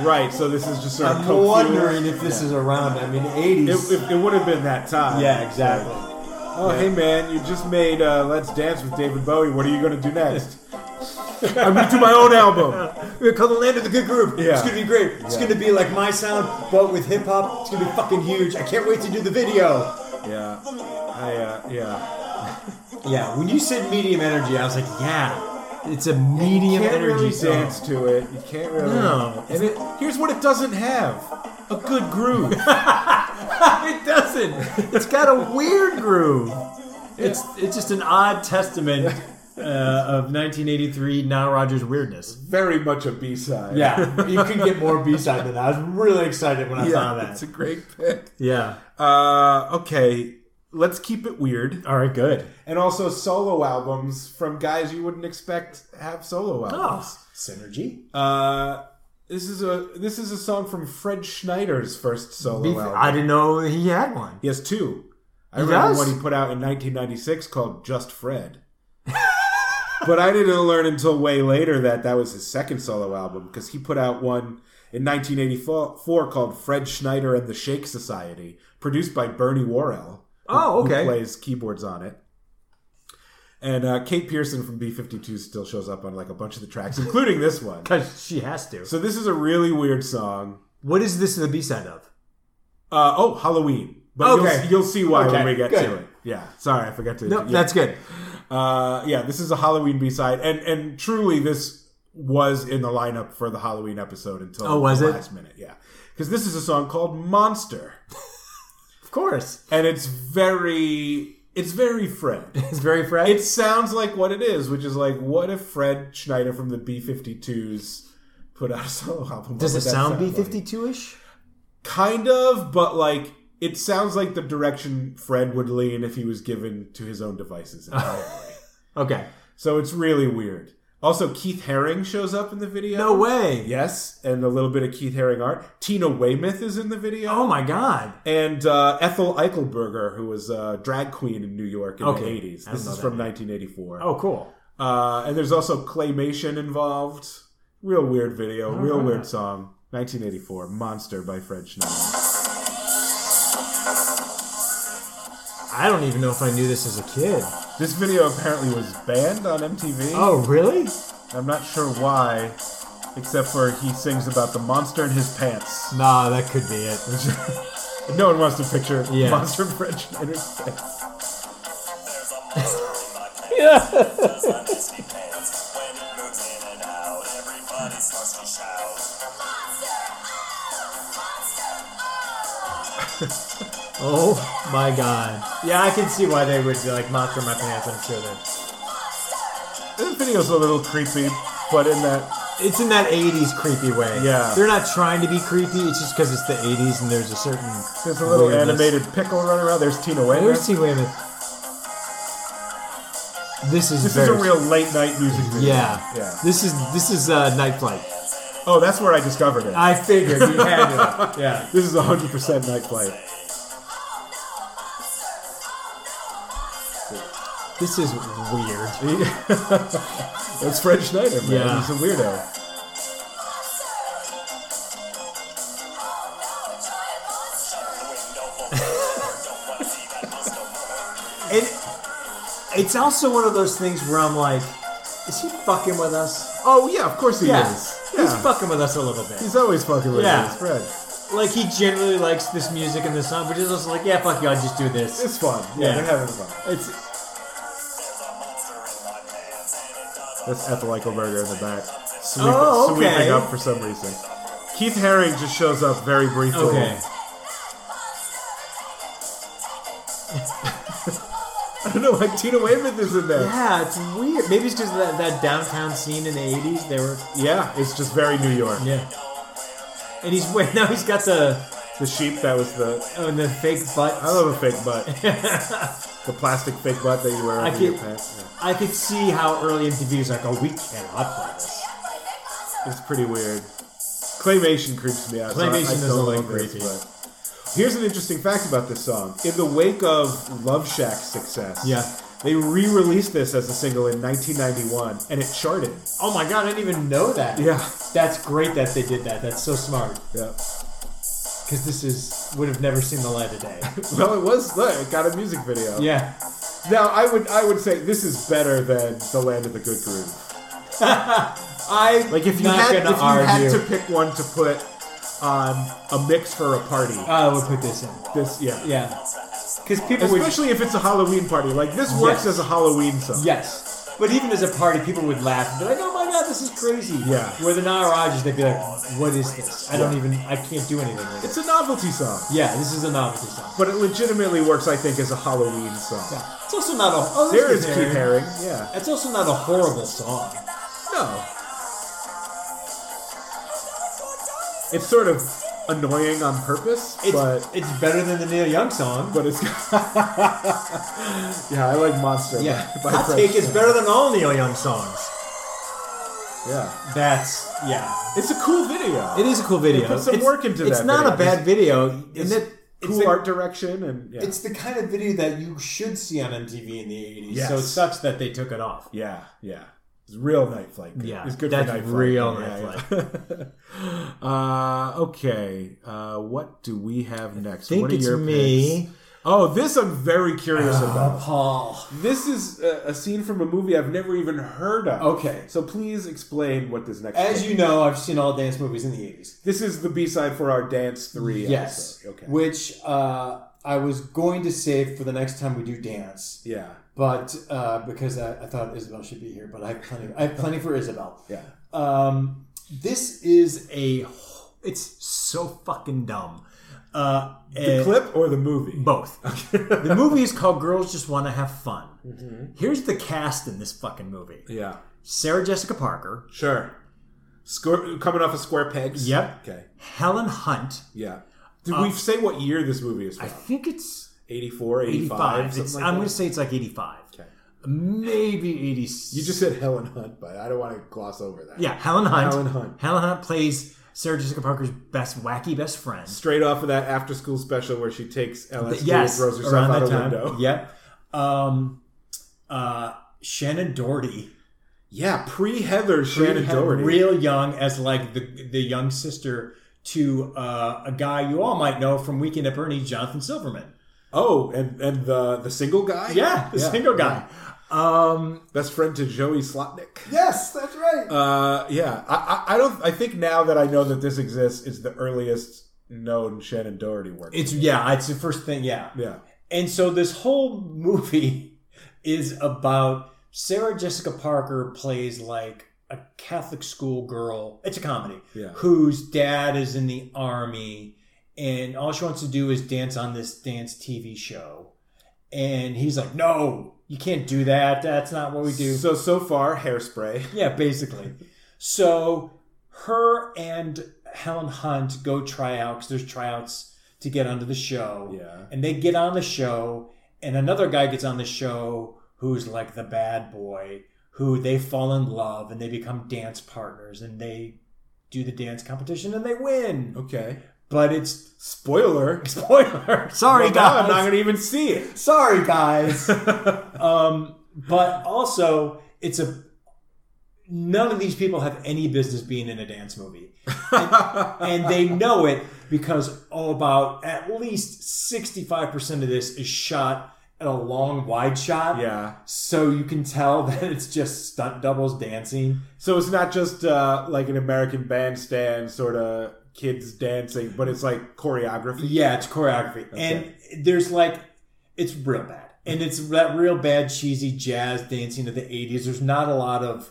Right. So this is just sort of. I'm coke fuel. wondering if this is around. I mean, It, 80s. it, it would have been that time. yeah, exactly. Oh, hey man, you just made uh, "Let's Dance" with David Bowie. What are you gonna do next? I'm gonna do my own album. We're called the land of the good group. Yeah. It's gonna be great. It's Yeah. gonna be like my sound, but with hip hop. It's gonna be fucking huge. I can't wait to do the video. Yeah. I uh, yeah. Yeah, when you said medium energy, I was like, Yeah, it's a medium Can't energy really song. dance to it. You can't really. No. And it, here's what it doesn't have: a good groove. It doesn't. It's got a weird groove. It's it's just an odd testament uh, of 1983 Nile Rodgers weirdness. Very much a B-side. yeah, you can get more B side than that. I was really excited when I Yeah, found it's that. a great pick. Yeah. Uh, okay, let's keep it weird. All right. Good. And also solo albums from guys you wouldn't expect have solo albums. Oh, Synergy. Uh, this is a this is a song from Fred Schneider's first solo album. I didn't know he had one. he has two. I He remember does? one he put out in 1996 called Just Fred. but I didn't learn until way later that that was his second solo album because he put out one in 1984 called Fred Schneider and the Shake Society, produced by Bernie Worrell. Oh, who okay. plays keyboards on it. And uh, Kate Pearson from B52 still shows up on like a bunch of the tracks, including this one. Because she has to. So this is a really weird song. What is this the B side of? Uh, oh, Halloween. But Okay. you'll, you'll see why when Okay, we get good. to it. Yeah, sorry, I forgot to. No, yeah. that's good. Uh, yeah, this is a Halloween B side, and and truly, this was in the lineup for the Halloween episode until Oh, was the it? last minute. Yeah, because this is a song called Monster, Of course. and it's very it's very Fred. It's very fresh. It sounds like what it is, which is like, what if Fred Schneider from the B52s put out a solo album? Does What would it that sound B like? fifty two ish? Kind of, but like it sounds like the direction Fred would lean if he was given to his own devices. entirely. Okay. so it's really weird. Also, Keith Haring shows up in the video. No way. Yes, and a little bit of Keith Haring art. Tina Weymouth is in the video. Oh my god. And uh, Ethel Eichelberger, who was a drag queen in New York in Okay. the 80s. I don't This know is that Oh. from name. 1984. Oh cool. Uh, and there's also claymation involved, Real weird video, real weird song. 1984, Monster by Fred Schneider. I don't even know if I knew this as a kid. This video apparently was banned on MTV. Oh, really? I'm not sure why, except for he sings about the monster in his pants. Nah, that could be it. No one wants to picture Yeah. Monster Fred Schneider's pants. There's a monster in my pants. Does my nasty pants. When he moves in and out, everybody starts to shout. oh my god. Yeah, I can see why they would like monster my pants. I'm sure that The video's a little creepy, but in that, it's in that '80s creepy way. Yeah. they're not trying to be creepy. It's just because it's the '80s and there's a certain there's a little weirdness. animated pickle running around. There's Tina Weymouth. Where's T. Weymouth? This is This very, is a real late night music video. yeah. Yeah. This is this is uh, Night Flight. Oh, that's where I discovered it. I figured you had it. Yeah. This is 100% Night Flight. This is weird. That's Fred Schneider, man. Yeah. He's a weirdo. And it's also one of those things where I'm like, is he fucking with us? Oh, yeah, of course he is. Yes. Yeah. He's fucking with us a little bit. He's always fucking with Yeah. yeah. Fred. Like he generally likes this music and this song, but he's also like, yeah, fuck you, I'll just do this. It's fun. Yeah, Yeah. they're having fun. It's That's Ethel Eichelberger in the back. Sweep, Oh, okay. Sweeping up for some reason. Keith Haring just shows up very briefly. okay. I don't know why Tina Weymouth is in there. Yeah. Yeah, it's weird. Maybe it's because of that, that downtown scene in the '80s. They were it's just very New York. yeah. And he's wearing now he's got the The sheep, that was the. oh, and the fake butt. I love a fake butt. the plastic fake butt that you wear I under your can't- pants. I could see how early MTV was like, oh, we cannot play this. Yeah. It's pretty weird. Claymation creeps me out. so I- Claymation I is don't a little like this, creepy. but- Here's an interesting fact about this song. In the wake of Love Shack's success, Yeah. they re-released this as a single in 1991, and it charted. Oh my god, I didn't even know that. Yeah. That's great that they did that. That's so smart. Yeah. Because this is would have never seen the light of day. Well, it was. Look, it got a music video. yeah. Now, I would I would say this is better than the Land of the Good Groove. I Like if you not had if gonna you argue. had to pick one to put on a mix for a party, I would Oh, put this in. Uh, this yeah Yeah. Because people would Especially if it's a Halloween party, like this works Yes. as a Halloween song. yes. But even as a party, people would laugh and be like, "Oh my god, this is crazy." Yeah. Where the Nile Rodgers, they'd be like, "What is this? I don't even. I can't do anything with it." It's a novelty song, Yeah, this is a novelty song. but it legitimately works, I think, as a Halloween song. Yeah. It's also not a. Oh, There there's is Keith Keith Haring. Haring. Yeah. It's also not a horrible song. No. It's sort of annoying on purpose, It's but it's better than the Neil Young song. but it's yeah. I like Monster. Yeah, by- by I Fred take it's Schneider. better than all Neil Young songs. Yeah, That's yeah. it's a cool video. It is a cool video. They put some it's, work into It's that not a video. bad video. And it, cool it's a- art direction and yeah. It's the kind of video that you should see on MTV in the 80s. Yes. So so it sucks that they took it off. yeah, yeah. It's real night flight. Yeah, it's good that's for night real flight. Night flight. uh, okay, uh, what do we have next? think what are it's your me. picks? Oh, this I'm very curious about. Ah, Paul. This is a, a scene from a movie I've never even heard of. Okay. so please explain what this next. As one- you know, I've seen all dance movies in the 80s. this is the B side for our Dance Three. Yes. episode. Okay. Which uh, I was going to save for the next time we do dance. yeah. But uh, because I, I thought Isabel should be here, but I have plenty. I have plenty for Isabel. Yeah. Um, this is a It's so fucking dumb. Uh, The eh, clip or the movie? Both. the movie is called Girls Just Want to Have Fun. Mm-hmm. Here's the cast in this fucking movie: Yeah. Sarah Jessica Parker, Sure. Square, coming off of square pegs. Yep. Okay. Helen Hunt. Yeah. Did Um, we say what year this movie is I from? think it's 84, 85, 85. something It's- like I'm that? going to say it's like 85. Okay. Maybe 86. You just said Helen Hunt, but I don't want to gloss over that. Yeah, Helen Hunt. Helen Hunt. Helen Hunt plays Sarah Jessica Parker's best wacky best friend. Straight off of that after school special where she takes LSD yes, and throws herself around out that a time. window. Yep. Um, uh, Shannon Doherty Yeah, pre Heather Shannon had Doherty. real young as like the the young sister to uh, a guy you all might know from Weekend at Bernie, Jonathan Silverman. oh, and and the the single guy. Yeah, the single guy. Um, best friend to Joey Slotnick. yes, that's right. Uh, yeah, I, I, I don't. I think now that I know that this exists, it's the earliest known Shannon Doherty work. it's yeah, it's the first thing. Yeah, yeah, and so this whole movie is about Sarah Jessica Parker plays like a Catholic school girl. It's a comedy. yeah. whose dad is in the army and all she wants to do is dance on this dance TV show. And he's like, No, you can't do that. That's not what we do. So so far, hairspray. yeah, basically. so her and Helen Hunt go try out 'cause there's tryouts to get onto the show. Yeah. And they get on the show, and another guy gets on the show who's like the bad boy, who they fall in love and they become dance partners and they do the dance competition and they win. Okay. But it's Spoiler. spoiler. Sorry, Well, now I'm guys. not gonna even see it. Sorry, guys. um, but also, it's a none of these people have any business being in a dance movie, and, and they know it because oh, about at least sixty five percent of this is shot at a long wide shot. Yeah. So you can tell that it's just stunt doubles dancing. So it's not just uh, like an American bandstand sort of kids dancing, but it's like choreography. Yeah, it's choreography. Okay. And there's like, it's real bad. And it's that real bad, cheesy jazz dancing of the 80s. There's not a lot of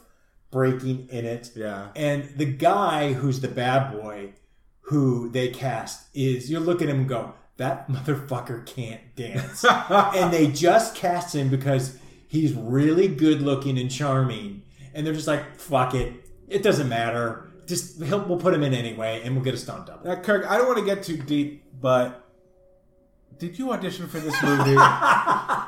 breaking in it. Yeah. And the guy who's the bad boy who they cast is, you look at him and go, that motherfucker can't dance. and they just cast him because he's really good looking and charming. And they're just like, fuck it. It doesn't matter. Just he'll, we'll put him in anyway, and we'll get a stunt double. Now, Kirk, I don't want to get too deep, but did you audition for this movie?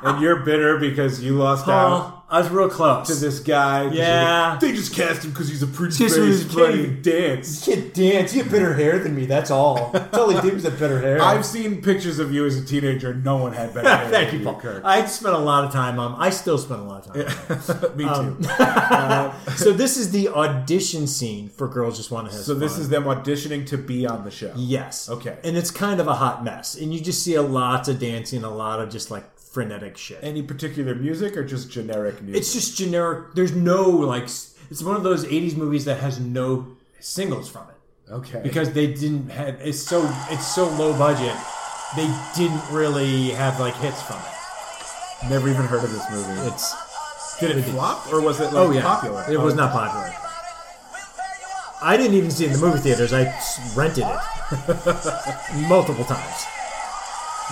and you're bitter because you lost out Paul, I was real to close. this guy. 'cause Yeah. you're like, they just cast him because he's a pretty Just face. his He bloody- can't even dance. Kid dance. He had better hair than me. That's all. That's all he did was have better hair. I've seen pictures of you as a teenager. No one had better. hair Thank than you, Paul. Kirk. I spent a lot of time on. I still spend a lot of time. on it. Me too. Uh, so this is the audition scene for Girls Just Want to Have so this Fun. is them auditioning to be on the show. yes, Okay. and it's kind of a hot mess, and you just see a lot of dancing, a lot of just like frenetic shit. Any particular music or just generic music? it's just generic. There's no like. s- It's one of those '80s movies that has no singles from it okay. because they didn't have. It's so it's so low budget. They didn't really have like hits from it. never even heard of this movie. It's Did it flop or was it like oh yeah, popular? It was Oh, not popular. We'll tear you up. I didn't even see it in the movie theaters. I s- rented it multiple times.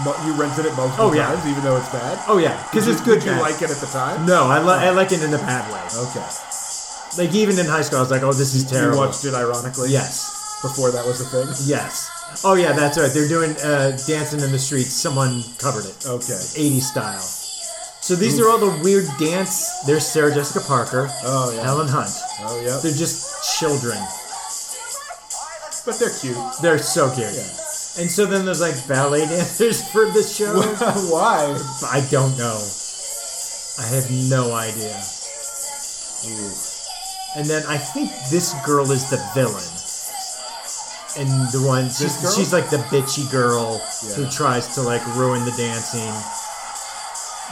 Mo- You rented it multiple Oh, yeah. times, even though it's bad. Oh yeah, because it's good. Did you bad. like it at the time? No, I, li- I like it in a bad way. Okay. Like even in high school, I was like, "Oh, this is terrible." You watched it ironically. Yes, Before that was a thing. yes. Oh yeah, that's right. They're doing uh, dancing in the streets. Someone covered it. Okay. 80s style. So these are all the weird dance. There's Sarah Jessica Parker. Oh, yeah. Helen Hunt. Oh yeah. They're just children. but they're cute. They're so cute. And so then there's like ballet dancers for the show. Why? I don't know. I have no idea. And then I think this girl is the villain. And the one she's, girl? she's like the bitchy girl Yeah. who tries to like ruin the dancing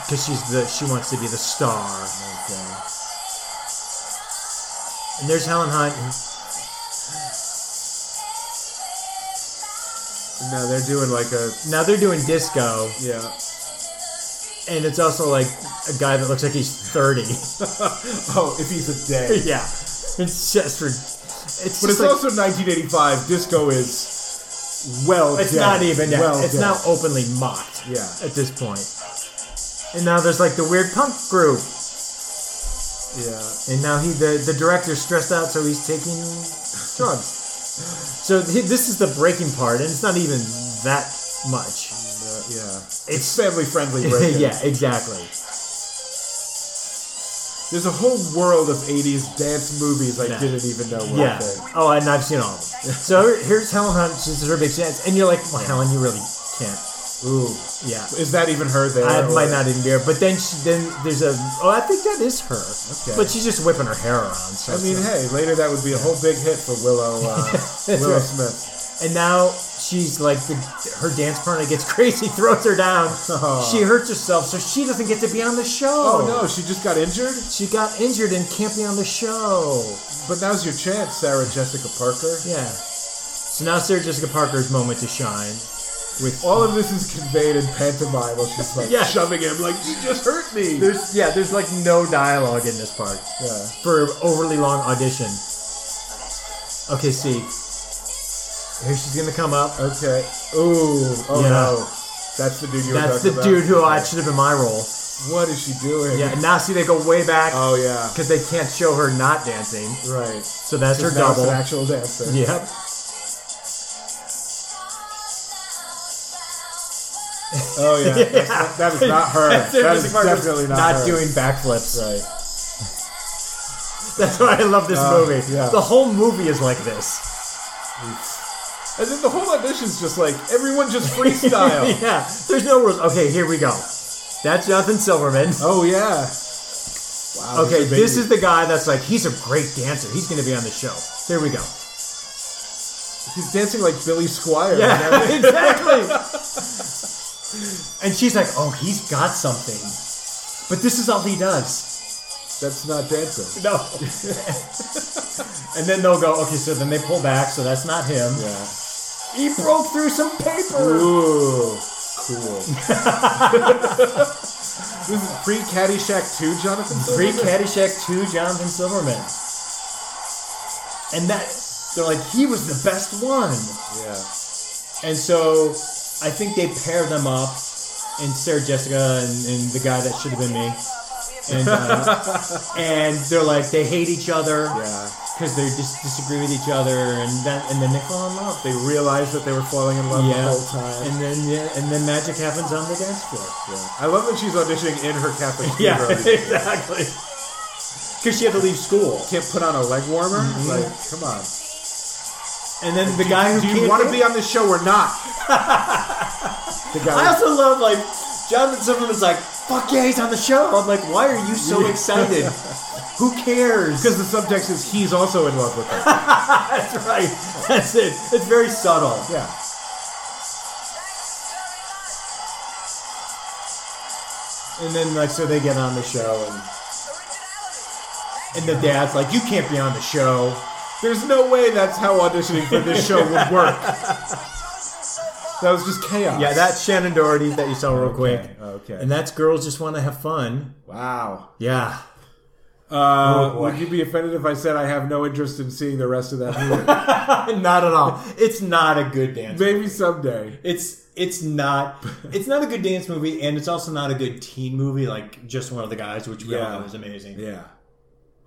because she's the she wants to be the star. And there's Helen Hunt. No, they're doing like a Now they're doing disco, yeah. and it's also like a guy that looks like he's thirty. oh, if he's a day. yeah, it's just for. It's But it's just like- also 1985. Disco is well. It's dead. not even. Yeah, Well it's dead. now openly mocked. Yeah. At this point. And now there's like the weird punk group, Yeah. and now he the the director's stressed out, so he's taking drugs. so he, this is the breaking part, and it's not even that much. Uh, yeah. It's It's- family friendly. yeah, exactly. There's a whole world of 80s dance movies I Yeah. didn't even know were Yeah. a thing. Oh, and I've seen all of them. So here's Helen Hunt. She's her big chance, and you're like, well, Helen, you really can't Ooh, yeah. Is that even her there? I or- might not even be her, but then she, then there's a. Oh, I think that is her. Okay. But she's just whipping her hair around. So I it's mean, like- hey, later that would be a whole big hit for Willow uh, Willow right. Smith. and now she's like the, her dance partner gets crazy, throws her down. She hurts herself, so she doesn't get to be on the Oh show. no, she just got injured. She got injured and can't be on the show. But now's your chance, Sarah Jessica Parker. Yeah. So now Sarah Jessica Parker's moment to shine. With All of this is conveyed in pantomime while she's like Yeah. shoving him, like you just hurt me. there's yeah, there's like no dialogue in this part yeah. for overly long audition. Okay, see. Here she's gonna come up. Okay. Ooh. Oh Yeah. no. That's the dude you were That's talking the about. dude who I should have been my role. What is she doing? Yeah, and now see they go way back Oh yeah. because they can't show her not dancing. Right. So that's her Just now it's double. an actual dancer. Yep. Oh yeah. That's not, that is not her. that is Jessica Parker's definitely not, her. doing backflips. Right. That's why I love this Uh, movie. yeah. The whole movie is like this. And then the whole audition's just like everyone just freestyle. yeah. There's no rules. Okay, here we go. That's Jonathan Silverman. oh yeah. Wow. Okay, he's a this baby. is the guy that's like, he's a great dancer. He's going to be on the show. Here we go. he's dancing like Billy Squire. Yeah, exactly. and she's like, oh, he's got something. But this is all he does. That's not dancing. No. and then they'll go, okay, so then they pull back, so that's not him. Yeah. He broke through some paper. Ooh, cool. this is pre Caddyshack 2, Jonathan. Three Silverman? Caddyshack, two Jonathan Silverman. And that, they're like, he was the best one. Yeah. And so I think they pair them up, and Sarah Jessica and, and the guy that should have been me. And, uh, and they're like, they hate each other Yeah. because they just disagree with each other, and that, and then they fall in love. They realized that they were falling in love Yeah, the whole time. and then yeah, and then magic happens on the dance floor. Yeah. I love that she's auditioning in her Catholic Yeah, cathedral. exactly. Because she had to leave school, Can't put on a leg warmer? Mm-hmm. Like, come on. and then the guy who Do you can't want to dance- be on this show or not? the I guy. also love like Jonathan Silverman's like, fuck yeah, he's on the show. I'm like, why are you so excited? Who cares? Because the subtext is he's also in love with her. That's right. That's it. It's very subtle. Yeah. And then like so they get on the show and and the dad's like, You can't be on the show. There's no way that's how auditioning for this show would work. That was just chaos. Yeah, that's Shannon Doherty that you saw real quick. okay. And that's girls just wanna have fun. Wow. Yeah. Uh, Oh, boy. would you be offended if I said I have no interest in seeing the rest of that movie? not at all. It's not a good dance. Maybe someday. It's it's not it's not a good dance movie and it's also not a good teen movie like just one of the guys, which we Yeah. all know is amazing. Yeah.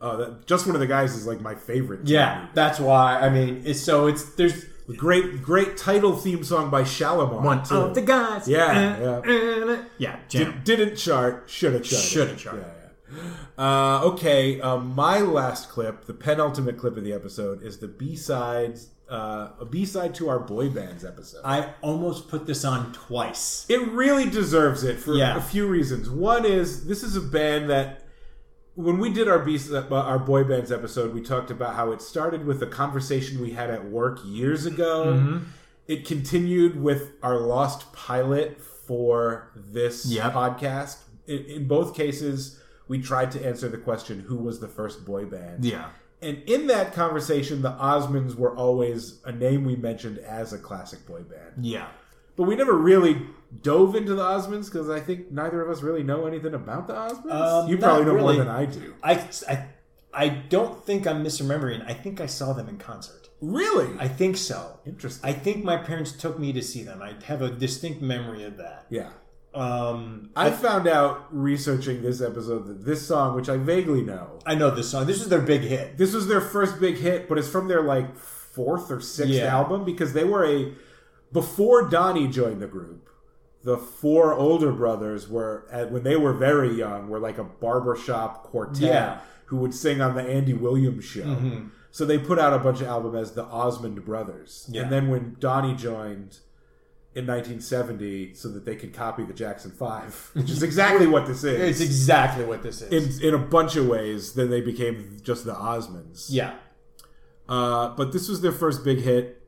Oh, that, just one of the guys is like my favorite. Yeah, that's why. I mean, it's so it's there's Great, great title theme song by Shalimar. Oh, one of the guys. Eh, Yeah, yeah, yeah. Jam. Did, didn't chart, should have charted. Shoulda charted. Yeah, yeah. Uh, okay, uh, my last clip, the penultimate clip of the episode, is the B sides, uh, a B side to our boy bands episode. I almost put this on twice. it really deserves it for Yeah. a few reasons. One is this is a band that when we did our beast, uh, our boy bands episode, we talked about how it started with a conversation we had at work years ago. Mm-hmm. It continued with our lost pilot for this Yep. podcast. In, in both cases, we tried to answer the question, "Who was the first boy band?" Yeah. And in that conversation, the Osmonds were always a name we mentioned as a classic boy band Yeah. but we never really dove into the Osmonds because I think neither of us really know anything about the Osmonds. Um, you probably know not more really. than I do. I, I, I don't think I'm misremembering. I think I saw them in concert. Really? I think so. Interesting. I think my parents took me to see them. I have a distinct memory of that. yeah. Um, I found out researching this episode that this song, which I vaguely know, I know this song. This is their big hit. this was their first big hit, but it's from their like fourth or sixth Yeah. album because they were a before Donnie joined the group. The four older brothers were at, when they were very young were like a barbershop quartet Yeah. Mm-hmm. who would sing on the Andy Williams show. So they put out a bunch of albums as the Osmond Brothers, Yeah. and then when Donnie joined, in 1970 so that they could copy the Jackson Five, which is exactly what this is. It's exactly what this is. in, in a bunch of ways, then they became just the Osmonds. yeah. Uh, but this was their first big hit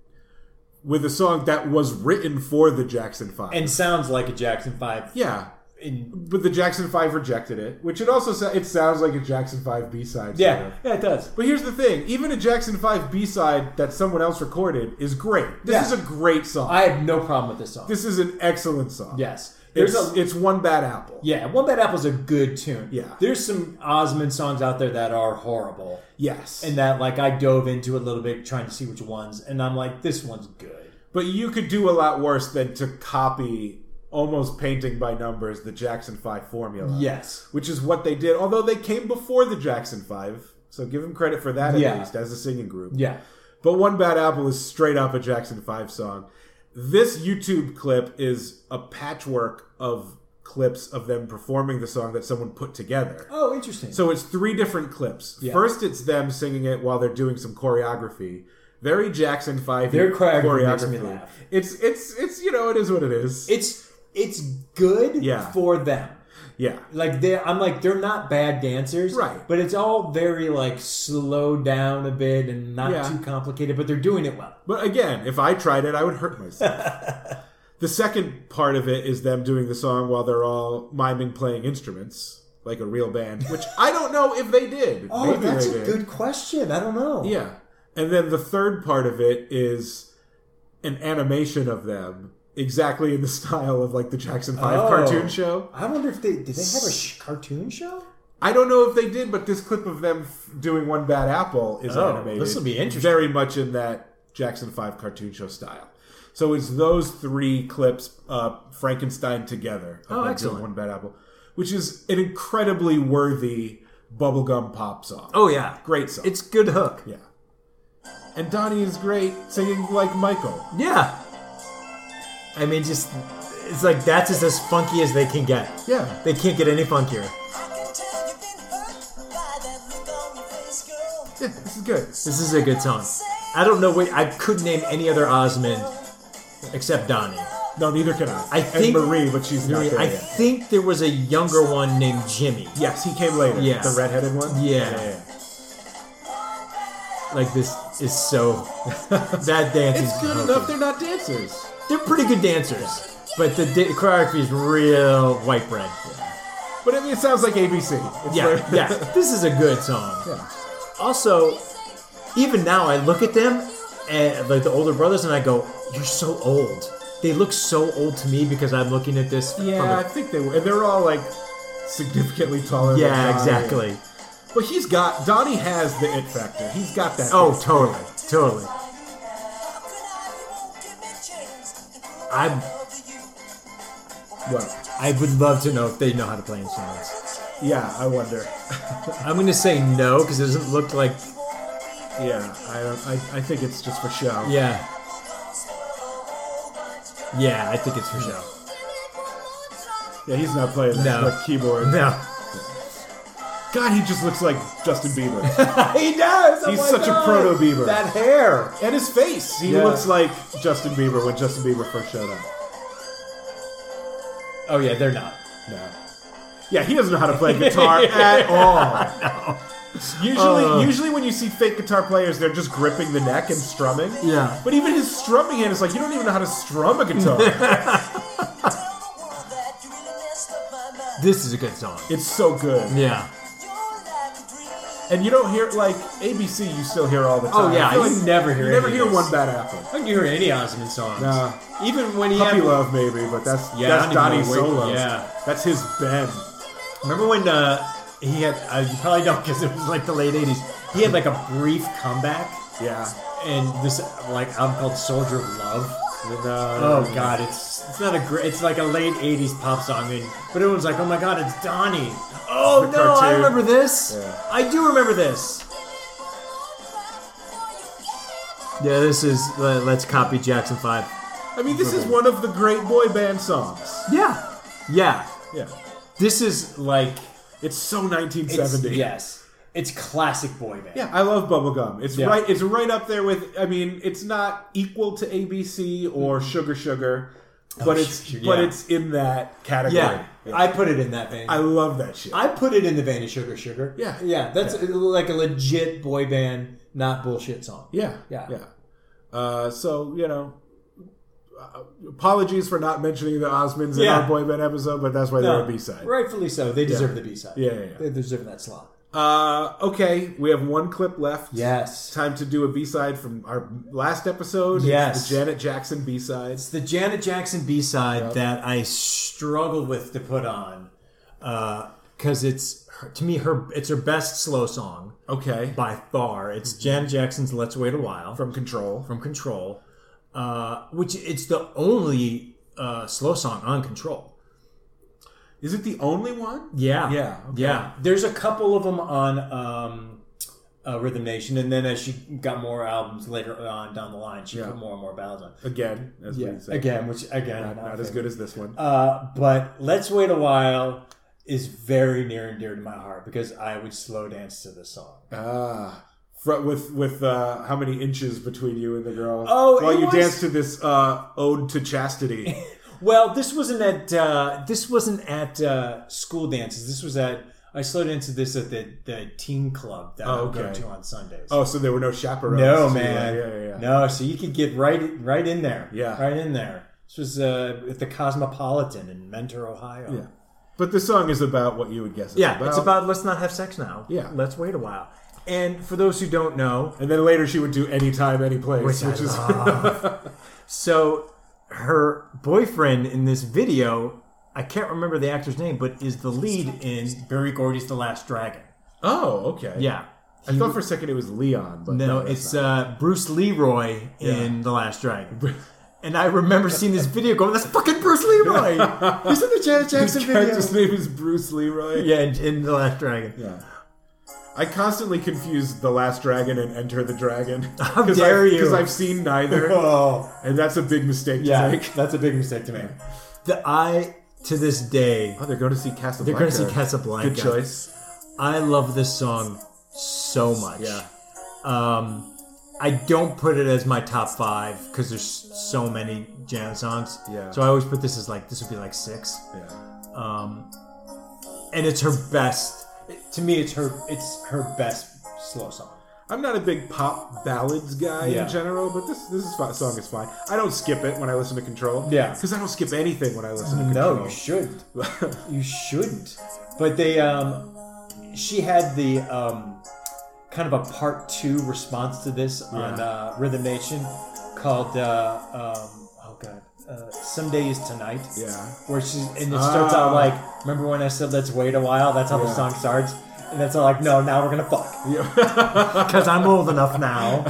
with a song that was written for the Jackson Five. And sounds like a Jackson 5. yeah, In, but the Jackson Five rejected it, which it also sa- it sounds like a Jackson Five B side. yeah. Yeah, it does. But here's the thing: even a Jackson Five B side that someone else recorded is great. This Yeah. is a great song. I have no problem with this song. this is an excellent song. yes. It's, There's a, it's one bad apple. yeah, One Bad Apple's a good tune. Yeah. There's some Osmond songs out there that are horrible. Yes. And that, like, I dove into a little bit trying to see which ones, and I'm like, this one's good. But you could do a lot worse than to copy almost painting by numbers the Jackson 5 formula. Yes. Which is what they did, although they came before the Jackson 5. So give them credit for that at Yeah. least as a singing group. Yeah. But One Bad Apple is straight up a Jackson 5 song. This YouTube clip is a patchwork of clips of them performing the song that someone put together. Oh, interesting. So it's three different clips. Yeah. First, it's them singing it while they're doing some choreography. Very Jackson Five. Their choreography makes me laugh. It's it's it's you know it is what it is. it's it's good Yeah. for them. yeah, Like they, I'm like they're not bad dancers, Right. But it's all very like slowed down a bit and not Yeah. too complicated. But they're doing it well. but again, if I tried it, I would hurt myself. the second part of it is them doing the song while they're all miming playing instruments like a real band, which I don't know if they did. Oh, Maybe that's they a did. good question. I don't know. Yeah. And then the third part of it is an animation of them exactly in the style of like the Jackson 5 Oh. cartoon show. I wonder if they did they have a sh- cartoon show. I don't know if they did, but this clip of them f- doing One Bad Apple is Oh, animated. this'll be interesting. Very much in that Jackson 5 cartoon show style. So it's those three clips, uh, Frankenstein together. Oh, of them doing excellent. One Bad Apple, which is an incredibly worthy bubblegum pop song. Oh yeah, great song. It's good hook. Yeah. And Donnie is great singing like Michael. Yeah. I mean, just it's like that's just as funky as they can get. Yeah. They can't get any funkier. Yeah, this is good. This is a good song. I don't know. Wait, I could name any other Osmond except Donnie. No, neither can I. I think- and Marie, but she's not there I yet. think there was a younger one named Jimmy. Yes, he came later. Yeah. The redheaded one? Yeah. Like this is so that dance is It's good broken. enough they're not dancers. They're pretty good dancers, but the di- choreography is real white bread. But I mean, it sounds like ABC. It's Yeah, very- yeah. This is a good song. Yeah. Also, even now I look at them and like the older brothers and I go, "You're so old." They look so old to me because I'm looking at this Yeah, I from think they were. And they're all like significantly taller a, than Yeah, Donnie. exactly. But he's got, Donnie has the it factor. He's got that. Oh, totally. Totally. I'm What? I would love to know if they know how to play instruments. Yeah, I wonder. I'm going to say no because it doesn't look like. Yeah, I, don't, I, I think it's just for show. Yeah. Yeah, I think it's for show. Yeah, he's not playing that No. that keyboard. No. God, he just looks like Justin Bieber. He does. I'm He's like, such a "Oh, proto Bieber. That hair. and his face. He Yeah. looks like Justin Bieber when Justin Bieber first showed up. Oh yeah, they're not. No. Yeah, he doesn't know how to play guitar at all. Usually, Uh. usually when you see fake guitar players, they're just gripping the neck and strumming. Yeah. But even his strumming hand is like, you don't even know how to strum a guitar. This is a good song. it's so good. Yeah. And you don't hear, like, ABC you still hear all the Oh, time. yeah, I feel you never hear You never any hear of one bad apple. I can hear any Osmond songs. Nah. Even when he Puppy had, Love, maybe, but that's, Yeah, I that's don't even Donnie's know where- solo. yeah. That's his bend. Remember when uh, he had? Uh, you probably don't because it was like the late '80s. He had like a brief comeback, Yeah. and this like album called "Soldier of Love." No. Oh God, it's it's not a great. It's like a late '80s pop song, and but everyone's like, "Oh my God, it's Donnie." Oh, The no, I cartoon. remember this. Yeah. I do remember this. Yeah, this is uh, Let's Copy Jackson 5. I mean, this is one of the great boy band songs. Yeah. Yeah. Yeah. This is like. It's so It's- 1970. Yes, it's classic boy band. Yeah, I love bubblegum. It's Yeah. right Mm-hmm. it's right up there with I mean, it's not equal to ABC or Sugar Sugar, but it's sure, sure, but Oh, yeah. it's in that category. Yeah, I put it in that vein. I love that shit. I put it in the vein of Sugar Sugar. Yeah. Yeah. That's like a legit boy band, not bullshit song. yeah, Yeah. yeah. Uh, so you know, uh, apologies for not mentioning the Osmonds in Yeah. our boy band episode, but that's why No, they're a B side. Rightfully so. They deserve Yeah. the B side. Yeah, yeah, yeah. They deserve that slot. Uh, okay, we have one clip left. It's Yes. time to do a B side from our last episode. It's Yes. the Janet Jackson B side. It's the Janet Jackson B side that I struggled with to put on uh, because it's her, to me her it's her best slow song Okay, by far. It's Janet Jackson's "Let's Wait a While" from from Control. from Control, uh, which it's the only uh, slow song on Control. Is it the only one? Yeah, Yeah, okay. yeah. There's a couple of them on um, uh, Rhythm Nation, and then as she got more albums later on down the line, she Yeah. put more and more ballads on. Again, as we say. again, which again, Not, not as favorite. good as this one. Uh, but let's wait a while is very near and dear to my heart because I would slow dance to the song. Ah, fr- with with uh, how many inches between you and the girl? Oh, while it you was- dance to this uh, ode to chastity. Well, this wasn't at uh, this wasn't at uh, school dances. This was at I slow danced to this at the, the teen club that I Oh, would go okay. to on Sundays. oh, so there were no chaperones. no, So, man, Yeah, yeah, yeah. no. So you could get right right in there, Yeah. right in there. This was uh, at the Cosmopolitan in Mentor, Ohio. Yeah. But the song is about what you would guess. It's yeah. about. It's about let's not have sex now. Yeah. let's wait a while. And for those who don't know, And then later she would do any time, any place, Which which, I is so her boyfriend in this video, I can't remember the actor's name, but is the lead in Barry Gordy's The Last Dragon. oh okay. Yeah. I thought for a second it was Leon, but No, that's it's not. uh, Bruce Leroy in The Last Dragon. And I remember seeing this video going, that's fucking Bruce Leroy! He's in the Janet Jackson His video! character's name is Bruce Leroy. Yeah, in, in The Last Dragon. Yeah. I constantly confuse The Last Dragon and Enter the Dragon. How dare you. Because I've seen neither, Oh, and that's a big mistake yeah, to make. that's a big mistake to make. The, I, to this day, Oh, they're going to see Casablanca. they're going to see Casablanca. Good choice. I love this song so much. Yeah. Um, I don't put it as my top five because there's so many Janet songs. Yeah. So I always put this as like this would be like six, Yeah. and it's her best. To me, it's her it's her best slow song. I'm not a big pop ballads guy Yeah. in general, but this this is fi- song is fine. I don't skip it when I listen to Control. Yeah. Because I don't skip anything when I listen to Control. No, you shouldn't. you shouldn't. But they, um, she had the um, kind of a part two response to this on uh, Rhythm Nation called, uh, um, oh god, uh, Someday is Tonight. Yeah. Where she's, and it starts Ah. out like, remember when I said let's wait a while? That's how the Yeah. song starts. And that's all like, no, now we're gonna fuck. Because I'm old enough now.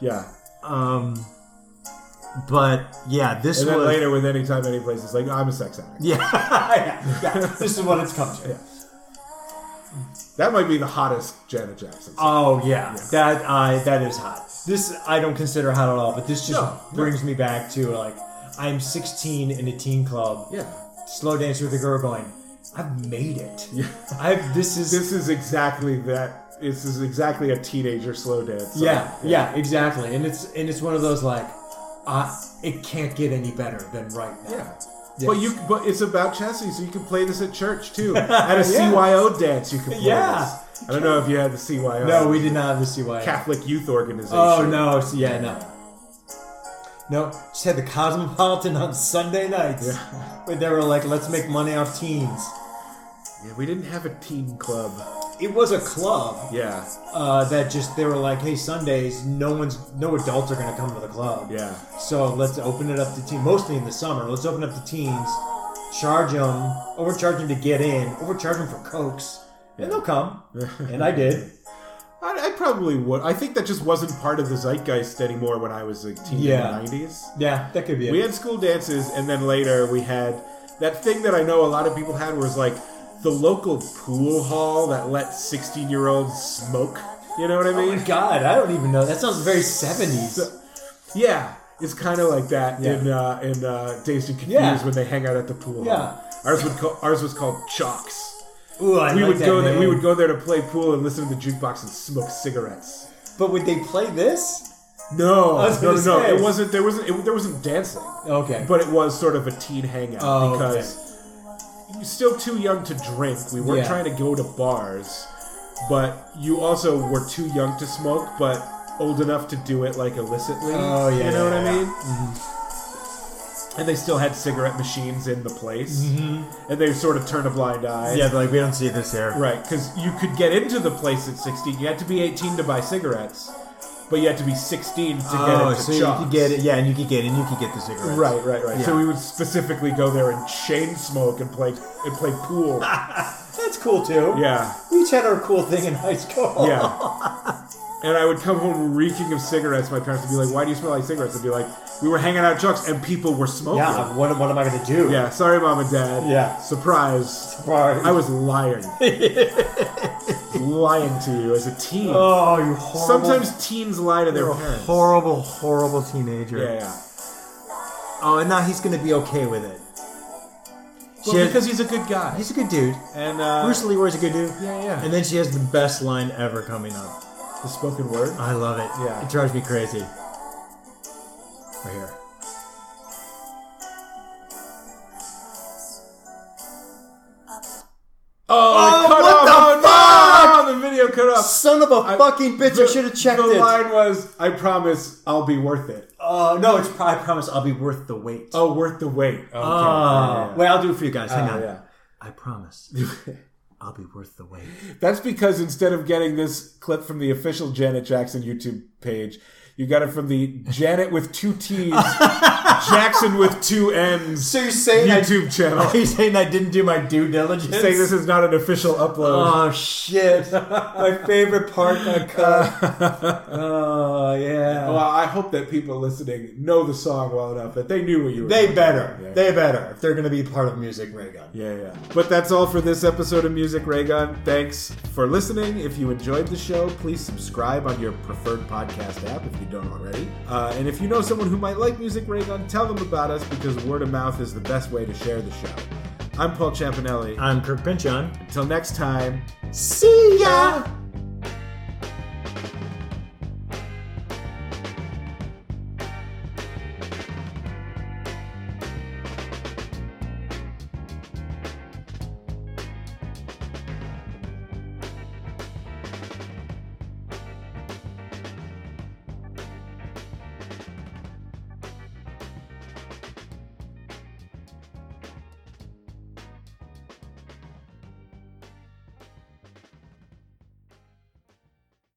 yeah. Um, but yeah, this And was then later with Anytime, Anyplace, it's like, I'm a sex addict. yeah, yeah, this is what it's come to. That might be the hottest Janet Jackson song. Oh yeah, that I that is hot. This I don't consider hot at all, but this just No, no. brings me back to like I'm 16 in a teen club. yeah. slow dance with a girl going. I've made it. Yeah, I've this is This is exactly that. This is exactly a teenager slow dance. song. yeah, yeah exactly, and it's and it's one of those like, uh, it can't get any better than right now. Yeah. But you, but it's about chastity, so you can play this at church too. At a CYO dance, you can play Yeah. this. I don't know if you had the CYO. No, we did not have the CYA. Catholic youth organization. Oh no, so, yeah no. No, she had the Cosmopolitan on Sunday nights. But they were like, let's make money off teens. Yeah, we didn't have a teen club. It was a club Yeah, uh, that just they were like, "Hey, Sundays, no one's, no adults are gonna come to the club." yeah, So let's open it up to teens, mostly in the summer. Let's open up to teens, charge them, overcharge them to get in, overcharge them for cokes, and they'll come. and I did. I, I probably would. I think that just wasn't part of the zeitgeist anymore when I was a teen Yeah. in the '90s. Yeah, that could be it. We had school dances, and then later we had that thing that I know a lot of people had was like the local pool hall that let 16 year olds smoke. You know what I Oh mean? my God, I don't even know. That sounds very seventies. yeah, it's kind of like that Yeah. in uh, in uh, Dazed and Confused Yeah. when they hang out at the pool Yeah. hall. Ours would call, ours was called Chalks. Ooh, I We like would that go there. We name. would go there to play pool and listen to the jukebox and smoke cigarettes. But would they play this? No, I was no, no, gonna no. say. It wasn't. There wasn't. It, there wasn't dancing, Okay. but it was sort of a teen hangout Oh, because you're still too young to drink. We weren't Yeah. trying to go to bars, but you also were too young to smoke, but old enough to do it like illicitly. Oh, yeah, you know yeah, what I yeah. Mm-hmm. mean. And they still had cigarette machines in the place, and they sort of turned a blind eye. Yeah, like we don't see this here. Right, because you could get into the place at 16. You had to be 18 to buy cigarettes, but you had to be 16 to get Oh, into so you Chuck's. could get it. Yeah, and you could get it. And you could get the cigarettes. Right, right, right. Yeah. So we would specifically go there and chain smoke and play and play pool. That's cool too. yeah, We each had our cool thing in high school. yeah. And I would come home reeking of cigarettes. My parents would be like, "Why do you smell like cigarettes?" I'd be like, "We were hanging out at Chuck's and people were smoking." Yeah. What, what am I gonna do? Yeah, sorry, mom and dad. Yeah. surprise. Right. I was lying, lying to you as a teen. Oh, you horrible. Sometimes teens lie to their You're a parents. horrible, horrible teenager. Yeah, yeah. Oh, and now he's going to be okay with it. Well, She has- because he's a good guy. he's a good dude. And uh, Bruce Lee was a good dude. Yeah, yeah. And then she has the best line ever coming up. the spoken word. I love it. Yeah. It drives me crazy. Right here. Oh, it cut what off. the Oh, no! The video cut off. Son of a I- fucking bitch! I should have checked the it. line was, "I promise I'll be worth it." Uh, no, it's I promise I'll be worth the wait. Oh, worth the wait. Okay. Oh, Yeah, wait, I'll do it for you guys. Hang yeah, on. yeah. I promise. I'll be worth the wait. That's because instead of getting this clip from the official Janet Jackson YouTube page, you got it from the Janet with two T's, Jackson with two N's So you're saying I YouTube channel. Are you saying I didn't do my due diligence? Saying this is not an official upload. Oh shit! My favorite part got cut. Oh yeah. Well, I hope that people listening know the song well enough that they knew what you were. They doing. better. Yeah. They better. If they're going to be part of Music Ray Gun. Yeah, yeah. But that's all for this episode of Music Raygun. Thanks for listening. If you enjoyed the show, please subscribe on your preferred podcast app if you don't already. Uh, and if you know someone who might like Music Raygun, tell them about us because word of mouth is the best way to share the show. I'm Paul Champanelli. I'm Kirk Pinchon. Until next time. See ya.